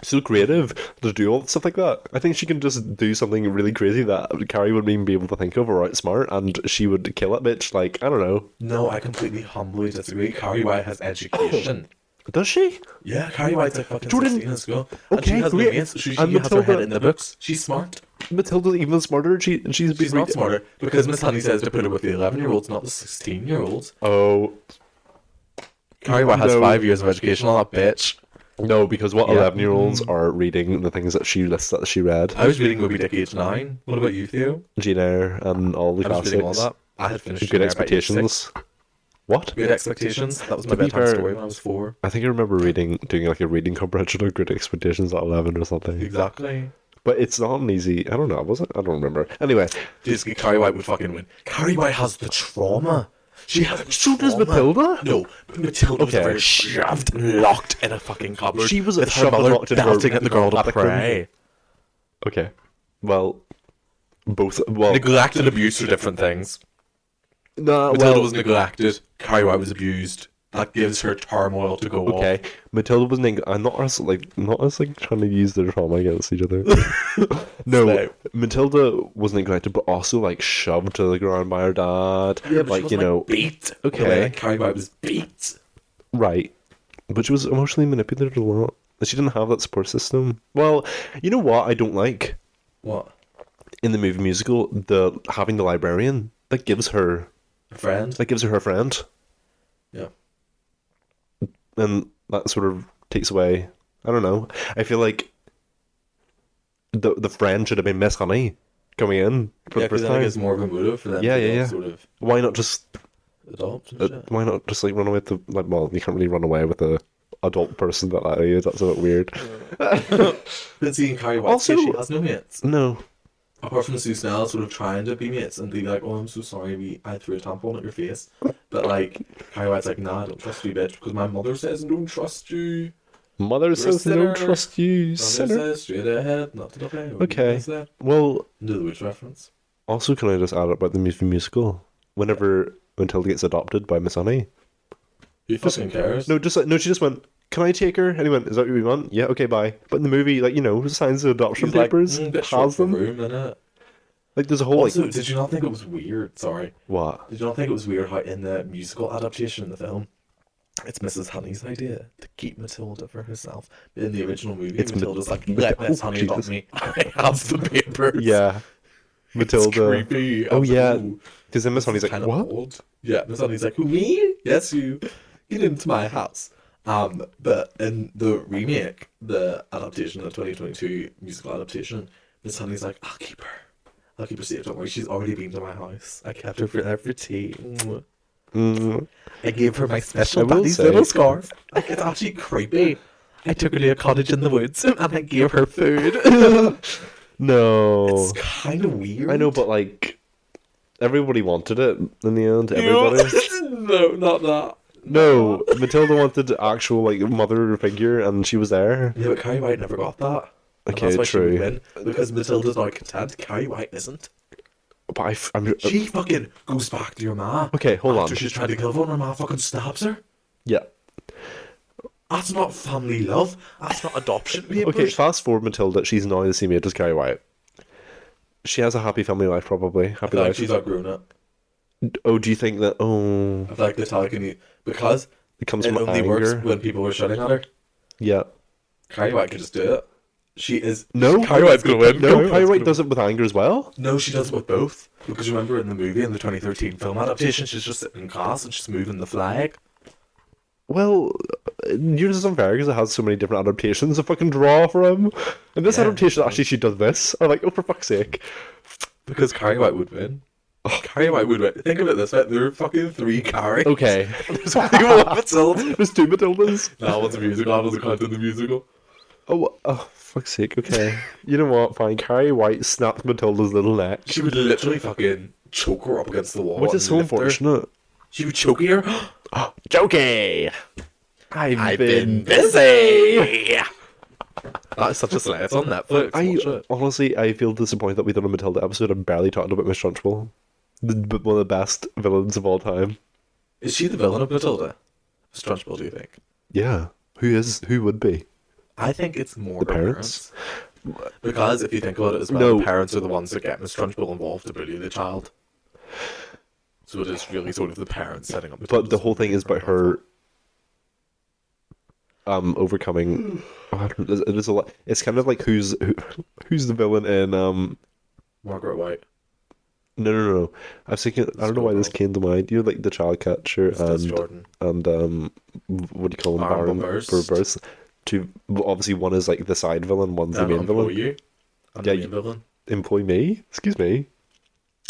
Speaker 1: So creative to do all stuff like that. I think she can just do something really crazy that Carrie wouldn't even be able to think of or outsmart, and she would kill that bitch. Like I don't know.
Speaker 2: No, I completely humbly disagree. Carrie White has education.
Speaker 1: Does she?
Speaker 2: yeah, Carrie White's a fucking
Speaker 1: Jordan-
Speaker 2: 16 in school. And she
Speaker 1: okay,
Speaker 2: has no
Speaker 1: great.
Speaker 2: mates. She, she
Speaker 1: And
Speaker 2: has her
Speaker 1: Matilda-
Speaker 2: head in the books. She's smart.
Speaker 1: Matilda's even smarter. She and she's,
Speaker 2: She's not smarter because Miss Honey says to put it with the 11 year olds, not the 16 year olds.
Speaker 1: Oh
Speaker 2: Carrie White has
Speaker 1: No.
Speaker 2: five years of education on that bitch.
Speaker 1: no, because what
Speaker 2: Yeah. Mm.
Speaker 1: eleven-year-olds are reading the things that she lists that she read,
Speaker 2: I was reading Moby Dick age nine. What about you, Theo?
Speaker 1: Jane Eyre and all the
Speaker 2: I was
Speaker 1: classics.
Speaker 2: reading all that. I had finished.
Speaker 1: Good
Speaker 2: Jane Eyre by age six.
Speaker 1: expectations. What?
Speaker 2: Good expectations. That was my
Speaker 1: To be
Speaker 2: bedtime
Speaker 1: fair-
Speaker 2: story when I was four.
Speaker 1: I think I remember reading, doing like a reading comprehension of Good Expectations at eleven or something.
Speaker 2: Exactly.
Speaker 1: But it's not an easy. I don't know. Was it? I don't remember. Anyway,
Speaker 2: Just Carrie White would fucking win. Carrie White has the trauma. She has
Speaker 1: So does
Speaker 2: trauma.
Speaker 1: Matilda?
Speaker 2: No, but Matilda was
Speaker 1: Okay.
Speaker 2: very shoved and locked in a fucking cupboard.
Speaker 1: She was
Speaker 2: with her
Speaker 1: shoved and
Speaker 2: mother
Speaker 1: locked in her-
Speaker 2: belting at the girl to
Speaker 1: at the
Speaker 2: pray.
Speaker 1: okay. Well, both. Well,
Speaker 2: Neglect and abuse are different things.
Speaker 1: no.
Speaker 2: Matilda
Speaker 1: well,
Speaker 2: was neglected. Carrie White was abused. That gives her turmoil to go
Speaker 1: Okay,
Speaker 2: off.
Speaker 1: Matilda was an Eng- I'm not us like not us like trying to use their trauma against each other. no,
Speaker 2: Slay.
Speaker 1: Matilda was neglected, but also like shoved to the ground by her dad. like you know,
Speaker 2: beat.
Speaker 1: Okay.
Speaker 2: The way that Carrie White was beat.
Speaker 1: right? But she was emotionally manipulated a lot. And She didn't have that support system. Well, you know what I don't like
Speaker 2: What?
Speaker 1: in the movie musical the having the librarian that gives her
Speaker 2: A friend?
Speaker 1: that gives her her friend,
Speaker 2: yeah.
Speaker 1: and that sort of takes away. I don't know. I feel like the the friend should have been Miss Honey coming in for
Speaker 2: yeah,
Speaker 1: the first
Speaker 2: because I think it's
Speaker 1: time.
Speaker 2: more of a motive for them
Speaker 1: Yeah,
Speaker 2: to
Speaker 1: yeah,
Speaker 2: like,
Speaker 1: yeah.
Speaker 2: sort of
Speaker 1: Why not just
Speaker 2: adopt and
Speaker 1: uh,
Speaker 2: shit.
Speaker 1: why not just like run away with the like? Well, you can't really run away with a adult person that that age. That's a bit weird.
Speaker 2: But seeing Carrie White,
Speaker 1: Also-
Speaker 2: also, she has no mates.
Speaker 1: No,
Speaker 2: Apart from Sue Snell sort of trying to be mates and be like, oh, I'm so sorry, we, I threw a tampon at your face. But like, Carrie White's like, nah, I don't trust you, bitch, because my mother says I don't trust you.
Speaker 1: mother says no
Speaker 2: sinner.
Speaker 1: trust you,
Speaker 2: Mother
Speaker 1: sinner.
Speaker 2: says straight ahead, not to the play.
Speaker 1: Okay. Well,
Speaker 2: Do the witch reference.
Speaker 1: also can I just add about the movie musical? Whenever Matilda gets adopted by Miss Honey,
Speaker 2: Who fucking cares?
Speaker 1: No, just like, no. She just went. Can I take her? And he went. Is that what you want? Yeah. Okay. Bye. But in the movie, like you know, signs the adoption
Speaker 2: She's
Speaker 1: papers
Speaker 2: like, mm, bit short
Speaker 1: has
Speaker 2: for
Speaker 1: them.
Speaker 2: room, innit?
Speaker 1: Like there's a whole
Speaker 2: Also,
Speaker 1: like
Speaker 2: did you not think it was weird? Sorry.
Speaker 1: what?
Speaker 2: Did you not think it was weird how in the musical adaptation of the film, it's Mrs. Honey's idea to keep Matilda for herself. But in the original movie,
Speaker 1: It's Ma-
Speaker 2: Matilda's like,
Speaker 1: Mati-
Speaker 2: let Miss
Speaker 1: Oh,
Speaker 2: Honey adopt
Speaker 1: Jesus.
Speaker 2: me. I have the papers.
Speaker 1: Yeah.
Speaker 2: It's
Speaker 1: Matilda.
Speaker 2: creepy.
Speaker 1: Oh
Speaker 2: I'm
Speaker 1: yeah.
Speaker 2: ooh,
Speaker 1: Because then Miss Honey's
Speaker 2: this is
Speaker 1: like,
Speaker 2: kinda
Speaker 1: what?
Speaker 2: odd. Yeah, Miss Honey's like, me? Yes, you. Get into my house. Um, but in the remake, the adaptation, the 2022 musical adaptation, Miss Honey's like, I'll keep her. I'll keep her safe. Don't worry, she's already been to my house. I kept her for every tea. Mwah.
Speaker 1: Mm.
Speaker 2: I gave her my special
Speaker 1: I will
Speaker 2: buddy's
Speaker 1: say-
Speaker 2: little scarf. Like, it's actually creepy. I took her to a cottage in the woods and I gave her food.
Speaker 1: No.
Speaker 2: it's kind of weird.
Speaker 1: Oh. I know, but like everybody wanted it in the end.
Speaker 2: Ew.
Speaker 1: Everybody.
Speaker 2: no, not that.
Speaker 1: no, Matilda wanted actual like mother figure, and she was there.
Speaker 2: Yeah, but Carrie White never got that. And
Speaker 1: Okay,
Speaker 2: that's why
Speaker 1: true.
Speaker 2: She would win, because Matilda's not content. Carrie White isn't.
Speaker 1: But I, f- I'm.
Speaker 2: She fucking goes back to your ma.
Speaker 1: Okay, hold on.
Speaker 2: After she's trying to kill everyone, her ma fucking stabs her.
Speaker 1: Yeah.
Speaker 2: That's not family love. That's not adoption papers.
Speaker 1: Okay, fast forward Matilda. She's now the same age as Carrie White. She has a happy family life, probably.
Speaker 2: I
Speaker 1: Happy
Speaker 2: feel like
Speaker 1: life.
Speaker 2: she's outgrown it.
Speaker 1: Oh, do you think that? Oh,
Speaker 2: I feel like the telecony because
Speaker 1: it comes
Speaker 2: it
Speaker 1: from
Speaker 2: only
Speaker 1: anger.
Speaker 2: works when people are shouting at her.
Speaker 1: Yeah.
Speaker 2: Carrie White could just do it. She is
Speaker 1: No,
Speaker 2: Carrie White's gonna win.
Speaker 1: No, Carrie
Speaker 2: White's
Speaker 1: White
Speaker 2: gonna
Speaker 1: does it with anger as well.
Speaker 2: No, she does it with both. Because remember in the movie, in the 2013 film adaptation, she's just sitting in class and she's moving the flag.
Speaker 1: Well, yours is unfair because it has so many different adaptations to fucking draw from. And this adaptation, actually, she does this. I'm like, oh, for fuck's sake.
Speaker 2: Because Carrie White would win. Oh, Carrie White would win. Think of it this way: there are fucking three Carrie.
Speaker 1: Okay.
Speaker 2: There's only one Matilda.
Speaker 1: There's two Matildas.
Speaker 2: That one's a musical. That doesn't count in the musical.
Speaker 1: Oh, oh, fuck's sake. Okay. you know what? Fine. Carrie White snapped Matilda's little neck.
Speaker 2: She would literally fucking choke her up against the wall.
Speaker 1: Which is so
Speaker 2: and lift her.
Speaker 1: unfortunate.
Speaker 2: She would choke her.
Speaker 1: Jokey! I've, been,
Speaker 2: busy. that is such a slay. It's on Netflix.
Speaker 1: I
Speaker 2: Watch it.
Speaker 1: honestly, I feel disappointed that we did a Matilda episode and barely talked about Miss Trunchbull, the, b- one of the best villains of all time.
Speaker 2: Is she the villain of Matilda? Strunchbull, do you think?
Speaker 1: Yeah, who is? Who would be?
Speaker 2: I think it's more
Speaker 1: The
Speaker 2: her
Speaker 1: parents?
Speaker 2: parents. Because if you think about it as well,
Speaker 1: No.
Speaker 2: the parents are the ones that get Miss Trunchbull involved to bully the child. So it is really sort of the parents setting up the
Speaker 1: But the whole thing is about her, um, overcoming. Oh, I don't- It is a lot. It's kind of like who's who, who's the villain in um
Speaker 2: Margaret White.
Speaker 1: No, no, no. I was thinking. I don't know why this
Speaker 2: Schoolgirl.
Speaker 1: came to mind. You know, like the child catcher
Speaker 2: It's Des
Speaker 1: and
Speaker 2: Jordan.
Speaker 1: and um, what do you call him?
Speaker 2: Baron
Speaker 1: Baron
Speaker 2: Burst.
Speaker 1: Burst. Two. Obviously, one is like the side villain. One's the
Speaker 2: And
Speaker 1: main
Speaker 2: employ
Speaker 1: villain.
Speaker 2: you. I'm
Speaker 1: Yeah,
Speaker 2: the
Speaker 1: you-
Speaker 2: main villain.
Speaker 1: Employ me? Excuse me.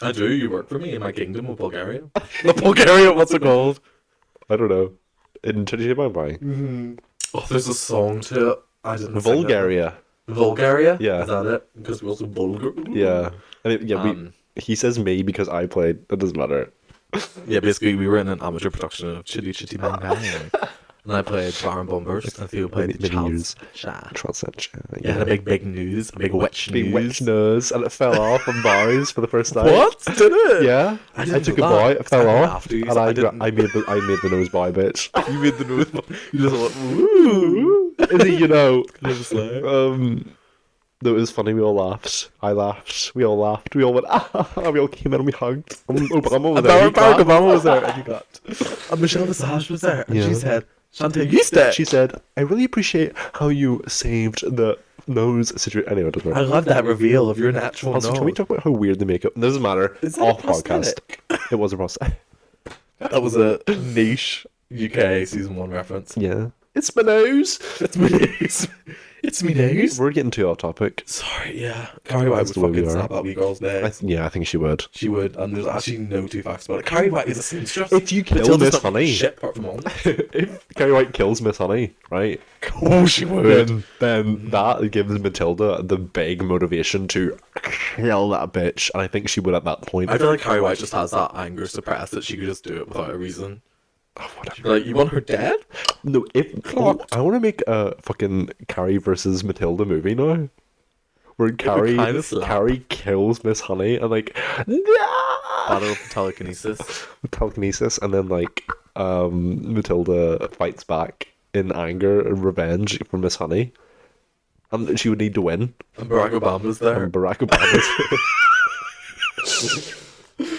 Speaker 2: I do. You work for me in my kingdom of Bulgaria.
Speaker 1: The Bulgaria. What's it called? I don't know. In Trinity Bang Bang.
Speaker 2: Oh, there's a song to it. I didn't. sing it.
Speaker 1: Bulgaria.
Speaker 2: Vulgaria?
Speaker 1: Yeah.
Speaker 2: Is that it? Because we also Bulgar.
Speaker 1: Yeah. I mean, yeah.
Speaker 2: Um,
Speaker 1: we. He says me because I played. It doesn't matter.
Speaker 2: Yeah, basically, we were in an amateur production of Chitty Chitty Bang Bang. and I played Baron Bombers, and Theo played the
Speaker 1: Many
Speaker 2: Child's
Speaker 1: years.
Speaker 2: Shah.
Speaker 1: Transcension.
Speaker 2: Yeah, and a big, big news, a big witch
Speaker 1: Big
Speaker 2: news.
Speaker 1: witch nose, and it fell off on bars for the first time.
Speaker 2: What? Did it?
Speaker 1: Yeah,
Speaker 2: I
Speaker 1: I,
Speaker 2: didn't
Speaker 1: took a
Speaker 2: know that.
Speaker 1: bite, it fell
Speaker 2: I
Speaker 1: off,
Speaker 2: laughed at you,
Speaker 1: and
Speaker 2: so I
Speaker 1: I, I,
Speaker 2: didn't-
Speaker 1: made the I made the nose by bitch.
Speaker 2: You made the noise. You just went, woo.
Speaker 1: Is it, you know?
Speaker 2: I was like,
Speaker 1: Um, no, it was funny. We all laughed. I laughed. We all laughed. We all went. Ah, we all came in and we hugged. Um, Obama was there.
Speaker 2: Barack
Speaker 1: he clapped.
Speaker 2: Obama was there, and you got. And Michelle Visage was there, and she
Speaker 1: Yeah.
Speaker 2: said, Shantae, you said.
Speaker 1: She said, "I really appreciate how you saved the nose situation." Anyway, it doesn't
Speaker 2: I
Speaker 1: matter.
Speaker 2: love that reveal of your natural
Speaker 1: Also, can we
Speaker 2: nose."
Speaker 1: talk about how weird the makeup? Doesn't matter.
Speaker 2: Is that a
Speaker 1: Off podcast. It was a prosthetic.
Speaker 2: That was a niche UK season one reference.
Speaker 1: Yeah. It's my nose.
Speaker 2: It's me nose. It's me nose.
Speaker 1: We're getting too off topic.
Speaker 2: Sorry, yeah. Carrie White would
Speaker 1: That's the way we
Speaker 2: fucking
Speaker 1: are.
Speaker 2: snap that wee girl's
Speaker 1: I
Speaker 2: neck.
Speaker 1: th- yeah, I think she would.
Speaker 2: She would, and there's actually no two facts about it. Carrie White is a seamstress.
Speaker 1: If you kill
Speaker 2: Matilda's
Speaker 1: Miss
Speaker 2: not
Speaker 1: Honey.
Speaker 2: Shit, apart from one.
Speaker 1: if Carrie White kills Miss Honey, right?
Speaker 2: oh, she would.
Speaker 1: Then, then
Speaker 2: Mm.
Speaker 1: that gives Matilda the big motivation to kill that bitch, and I think she would at that point.
Speaker 2: I feel like Carrie White just has that anger suppressed that she could just do it without a reason.
Speaker 1: Oh, whatever.
Speaker 2: Like, you want her dead?
Speaker 1: No, if oh, I want to make a fucking Carrie versus Matilda movie now, where Carrie
Speaker 2: kinda slap.
Speaker 1: Carrie kills Miss Honey and like no!
Speaker 2: Battle of telekinesis.
Speaker 1: telekinesis, and then like um, Matilda fights back in anger and revenge for Miss Honey, and she would need to win.
Speaker 2: And Barack Obama's there.
Speaker 1: And Barack Obama.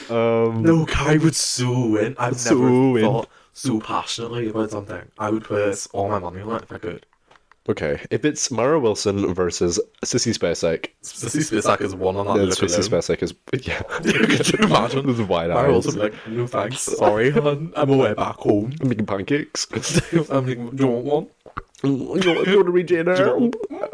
Speaker 2: No, Kai would so win. I've
Speaker 1: So
Speaker 2: never
Speaker 1: in.
Speaker 2: thought so passionately about something. I would place all my money on it if I could.
Speaker 1: okay, if it's Mara Wilson versus Sissy Spacek,
Speaker 2: Sissy Spacek is one on that
Speaker 1: then
Speaker 2: list
Speaker 1: Sissy
Speaker 2: alone.
Speaker 1: Spacek is yeah.
Speaker 2: Could you imagine?
Speaker 1: With wide
Speaker 2: I
Speaker 1: eyes.
Speaker 2: also be like, no thanks, sorry, hon. I'm away back home.
Speaker 1: I'm making pancakes.
Speaker 2: I'm like, do you want one?
Speaker 1: you want to read Jane Eyre?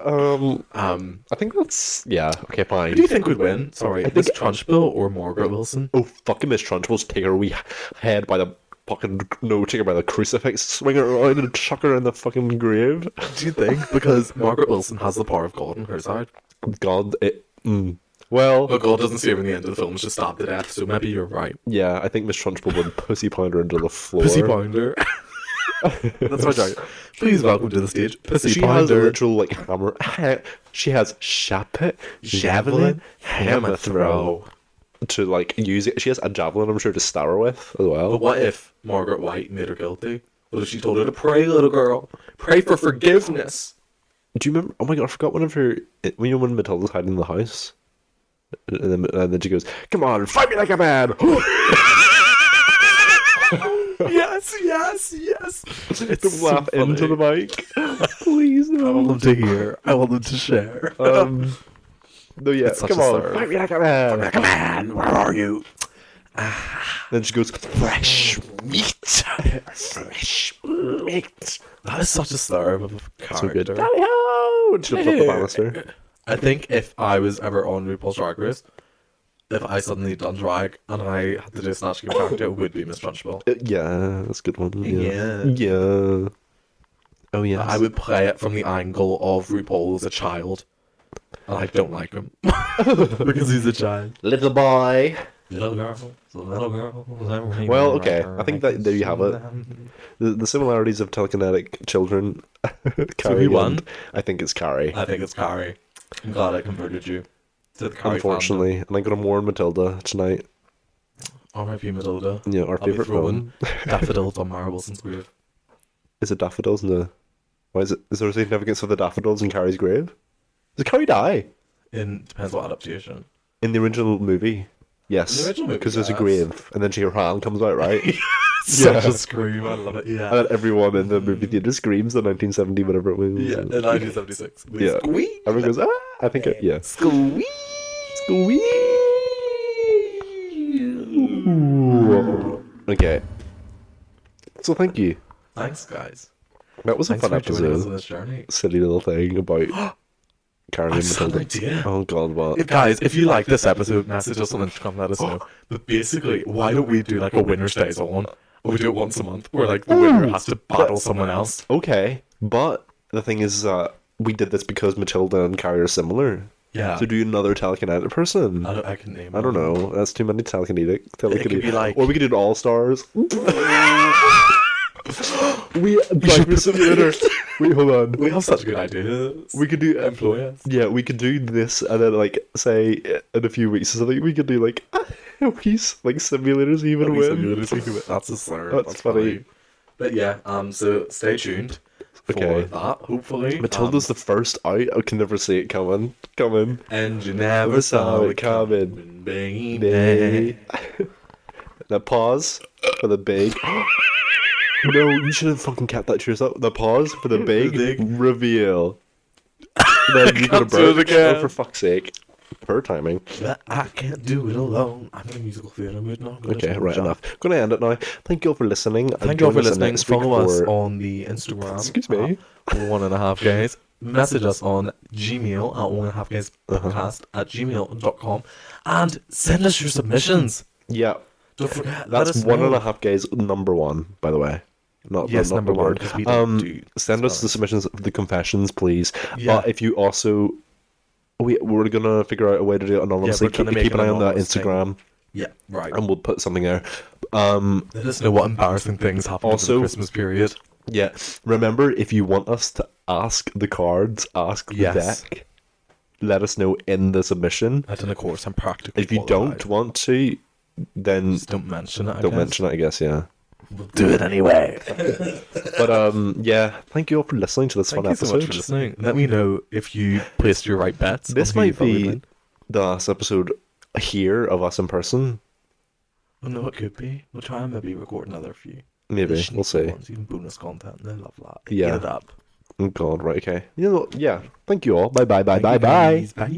Speaker 1: Um,
Speaker 2: Um,
Speaker 1: I think that's yeah. Okay,
Speaker 2: who do
Speaker 1: fine.
Speaker 2: you think would win? Sorry, Miss Trunchbull or Margaret Wilson?
Speaker 1: Oh fucking Miss Trunchbull's take her wee head by the fucking no, take her by the crucifix, swing her around and chuck her in the fucking grave.
Speaker 2: Do you think? Because Margaret Wilson has the power of God on her side.
Speaker 1: God, it. Mm. Well,
Speaker 2: But God doesn't see her in the end of the film, she's stabbed to death, so maybe you're right.
Speaker 1: yeah, I think Miss Trunchbull would pussy pound her into the floor.
Speaker 2: Pussy Pounder. That's my joke. Please welcome to the stage, Pussy
Speaker 1: She has a
Speaker 2: Pounder.
Speaker 1: literal like hammer. She has shapit, javelin, hammer throw to like use it. She has a javelin, I'm sure, to star her with as well.
Speaker 2: But what if Margaret White made her guilty? What if she told her to pray, little girl? Pray for forgiveness.
Speaker 1: Do you remember? Oh my god, I forgot one of her. it- You know when Matilda's hiding in the house, and then, and then she goes, "Come on, fight me like a man."
Speaker 2: yes, yes, yes. It's
Speaker 1: Don't laugh into the mic, please.
Speaker 2: I want
Speaker 1: No.
Speaker 2: them to hear. I want them to share.
Speaker 1: Um, no, yeah.
Speaker 2: It's such
Speaker 1: Come
Speaker 2: a
Speaker 1: on,
Speaker 2: slur.
Speaker 1: fight me like a man.
Speaker 2: Come on, where are you?
Speaker 1: Then she goes, "Fresh meat, fresh meat."
Speaker 2: That is such a slur of a character.
Speaker 1: So good. Tally-ho! And She jumps up the banister.
Speaker 2: I think if I was ever on RuPaul's Drag Race, if I suddenly done drag and I had to do a Snatch Game character, it would be Miss Trunchbull.
Speaker 1: Uh, Yeah, that's a good one. Yeah.
Speaker 2: Yeah.
Speaker 1: Yeah. Oh yeah.
Speaker 2: I would play it from the angle of RuPaul as a child. And I don't like him. because he's a child.
Speaker 1: little boy.
Speaker 2: Little girl, little girl.
Speaker 1: Well, okay. I think that there you have it. The, the similarities of telekinetic children. Carrie
Speaker 2: who won?
Speaker 1: and- I think it's Carrie.
Speaker 2: I think it's Carrie. I'm glad I converted you to the Carrie
Speaker 1: unfortunately, and I'm gonna mourn Matilda tonight.
Speaker 2: fandom. R.I.P. Matilda.
Speaker 1: Yeah, our
Speaker 2: I'll be
Speaker 1: favorite
Speaker 2: throwing
Speaker 1: film
Speaker 2: daffodils on Mara Wilson's grave.
Speaker 1: is it daffodils in the. Why is it? Is there a significance of the daffodils in Carrie's grave? Does Carrie die
Speaker 2: In depends what adaptation.
Speaker 1: in the original movie? Yes,
Speaker 2: original movie,
Speaker 1: because there's a
Speaker 2: yes.
Speaker 1: grave, and then she her hand comes out right,
Speaker 2: Such a scream. I love it. Yeah.
Speaker 1: and then everyone in the movie theater screams the 1970 whatever it was.
Speaker 2: Yeah, in 1976.
Speaker 1: yeah.
Speaker 2: Squeak!
Speaker 1: Everyone goes ah. I think it, yeah.
Speaker 2: Squeak!
Speaker 1: Squeak. Oh, okay. So thank you.
Speaker 2: Thanks, guys.
Speaker 1: That was a
Speaker 2: Thanks
Speaker 1: fun
Speaker 2: for joining us
Speaker 1: episode.
Speaker 2: on this journey.
Speaker 1: Silly little thing about Karen
Speaker 2: I
Speaker 1: and
Speaker 2: just had an
Speaker 1: Matilda.
Speaker 2: idea.
Speaker 1: Oh god, what?
Speaker 2: If, guys, if you like this episode, message us on Instagram, let us know. Oh, But basically, why don't we do like a winner stays on? Or we do it once a month, where like the winner has to battle someone else.
Speaker 1: Okay, but the thing is that we did this because Matilda and Carrie are similar.
Speaker 2: Yeah.
Speaker 1: So do you another telekinetic person?
Speaker 2: I don't, I can name.
Speaker 1: I don't know. That's too many telekinetic. telekinetic.
Speaker 2: be like-
Speaker 1: or we could do an all stars. we black
Speaker 2: put them in
Speaker 1: simulator. Wait, hold on.
Speaker 2: We have such good ideas.
Speaker 1: We could do um,
Speaker 2: employ us.
Speaker 1: Yeah, we could do this, and then like say in a few weeks or something, we could do like he's like simulators even
Speaker 2: At least
Speaker 1: win.
Speaker 2: I'm gonna think of it. That's a slur.
Speaker 1: That's funny.
Speaker 2: But yeah, um, so stay tuned for
Speaker 1: Okay.
Speaker 2: that. Hopefully,
Speaker 1: Matilda's the first out. I can never see it coming. Coming.
Speaker 2: um, and you never saw it coming, baby.
Speaker 1: Now pause for the big. no, you should have fucking kept that to yourself. The pause for the big,
Speaker 2: big-
Speaker 1: reveal. then you got a
Speaker 2: can't do it
Speaker 1: burp.
Speaker 2: again.
Speaker 1: Oh, for fuck's sake. Per timing.
Speaker 2: But I can't do it alone. I'm in a musical theatre mood now. I'm gonna
Speaker 1: Okay,
Speaker 2: shut
Speaker 1: right
Speaker 2: up.
Speaker 1: enough. Gonna end it now. Thank you all for listening. and
Speaker 2: Thank you all
Speaker 1: join
Speaker 2: for
Speaker 1: us
Speaker 2: listening.
Speaker 1: next week
Speaker 2: Follow us
Speaker 1: for-
Speaker 2: on the Instagram.
Speaker 1: Excuse me.
Speaker 2: at One and a half guys. Message us on Gmail at one and a half guys
Speaker 1: Uh-huh.
Speaker 2: podcast at gmail.com and send us your submissions.
Speaker 1: Yeah.
Speaker 2: Don't forget. let
Speaker 1: That's
Speaker 2: us
Speaker 1: one and
Speaker 2: know.
Speaker 1: a half guys number one, by the way. Not,
Speaker 2: Yes,
Speaker 1: not
Speaker 2: number one, 'cause we don't
Speaker 1: Um,
Speaker 2: do
Speaker 1: send us the submissions of the confessions, please.
Speaker 2: Yeah.
Speaker 1: But if you also, we we're gonna figure out a way to do it anonymously.
Speaker 2: we're gonna
Speaker 1: keep
Speaker 2: make
Speaker 1: keep an
Speaker 2: an
Speaker 1: eye on that
Speaker 2: anonymous thing.
Speaker 1: Instagram,
Speaker 2: Yeah, right.
Speaker 1: and we'll put something there. Um,
Speaker 2: Let us know what embarrassing things happened also,
Speaker 1: Also-
Speaker 2: the Christmas period.
Speaker 1: yeah. Remember, if you want us to ask the cards, ask
Speaker 2: Yes.
Speaker 1: the deck. Let us know in the submission.
Speaker 2: I done a course. I'm practically.
Speaker 1: If you
Speaker 2: qualified.
Speaker 1: don't want to, then
Speaker 2: Just don't mention it. I
Speaker 1: don't
Speaker 2: guess.
Speaker 1: mention it. I guess yeah.
Speaker 2: Do it anyway.
Speaker 1: But um, yeah. Thank you all for listening to this
Speaker 2: Thank
Speaker 1: fun
Speaker 2: you so
Speaker 1: episode.
Speaker 2: much for listening. Let me know if you placed your right bets.
Speaker 1: This
Speaker 2: on who you
Speaker 1: might
Speaker 2: thought would
Speaker 1: be
Speaker 2: win.
Speaker 1: the last episode here of us in person.
Speaker 2: Oh no, it could be. We'll try and maybe record another few.
Speaker 1: Maybe
Speaker 2: Sneaky
Speaker 1: we'll see.
Speaker 2: ones, even bonus content. They love that.
Speaker 1: Yeah.
Speaker 2: Get it up.
Speaker 1: Oh God, right? Okay. You know, yeah. Thank you all. Bye, bye, bye, bye, bye.
Speaker 2: Guys, Bye.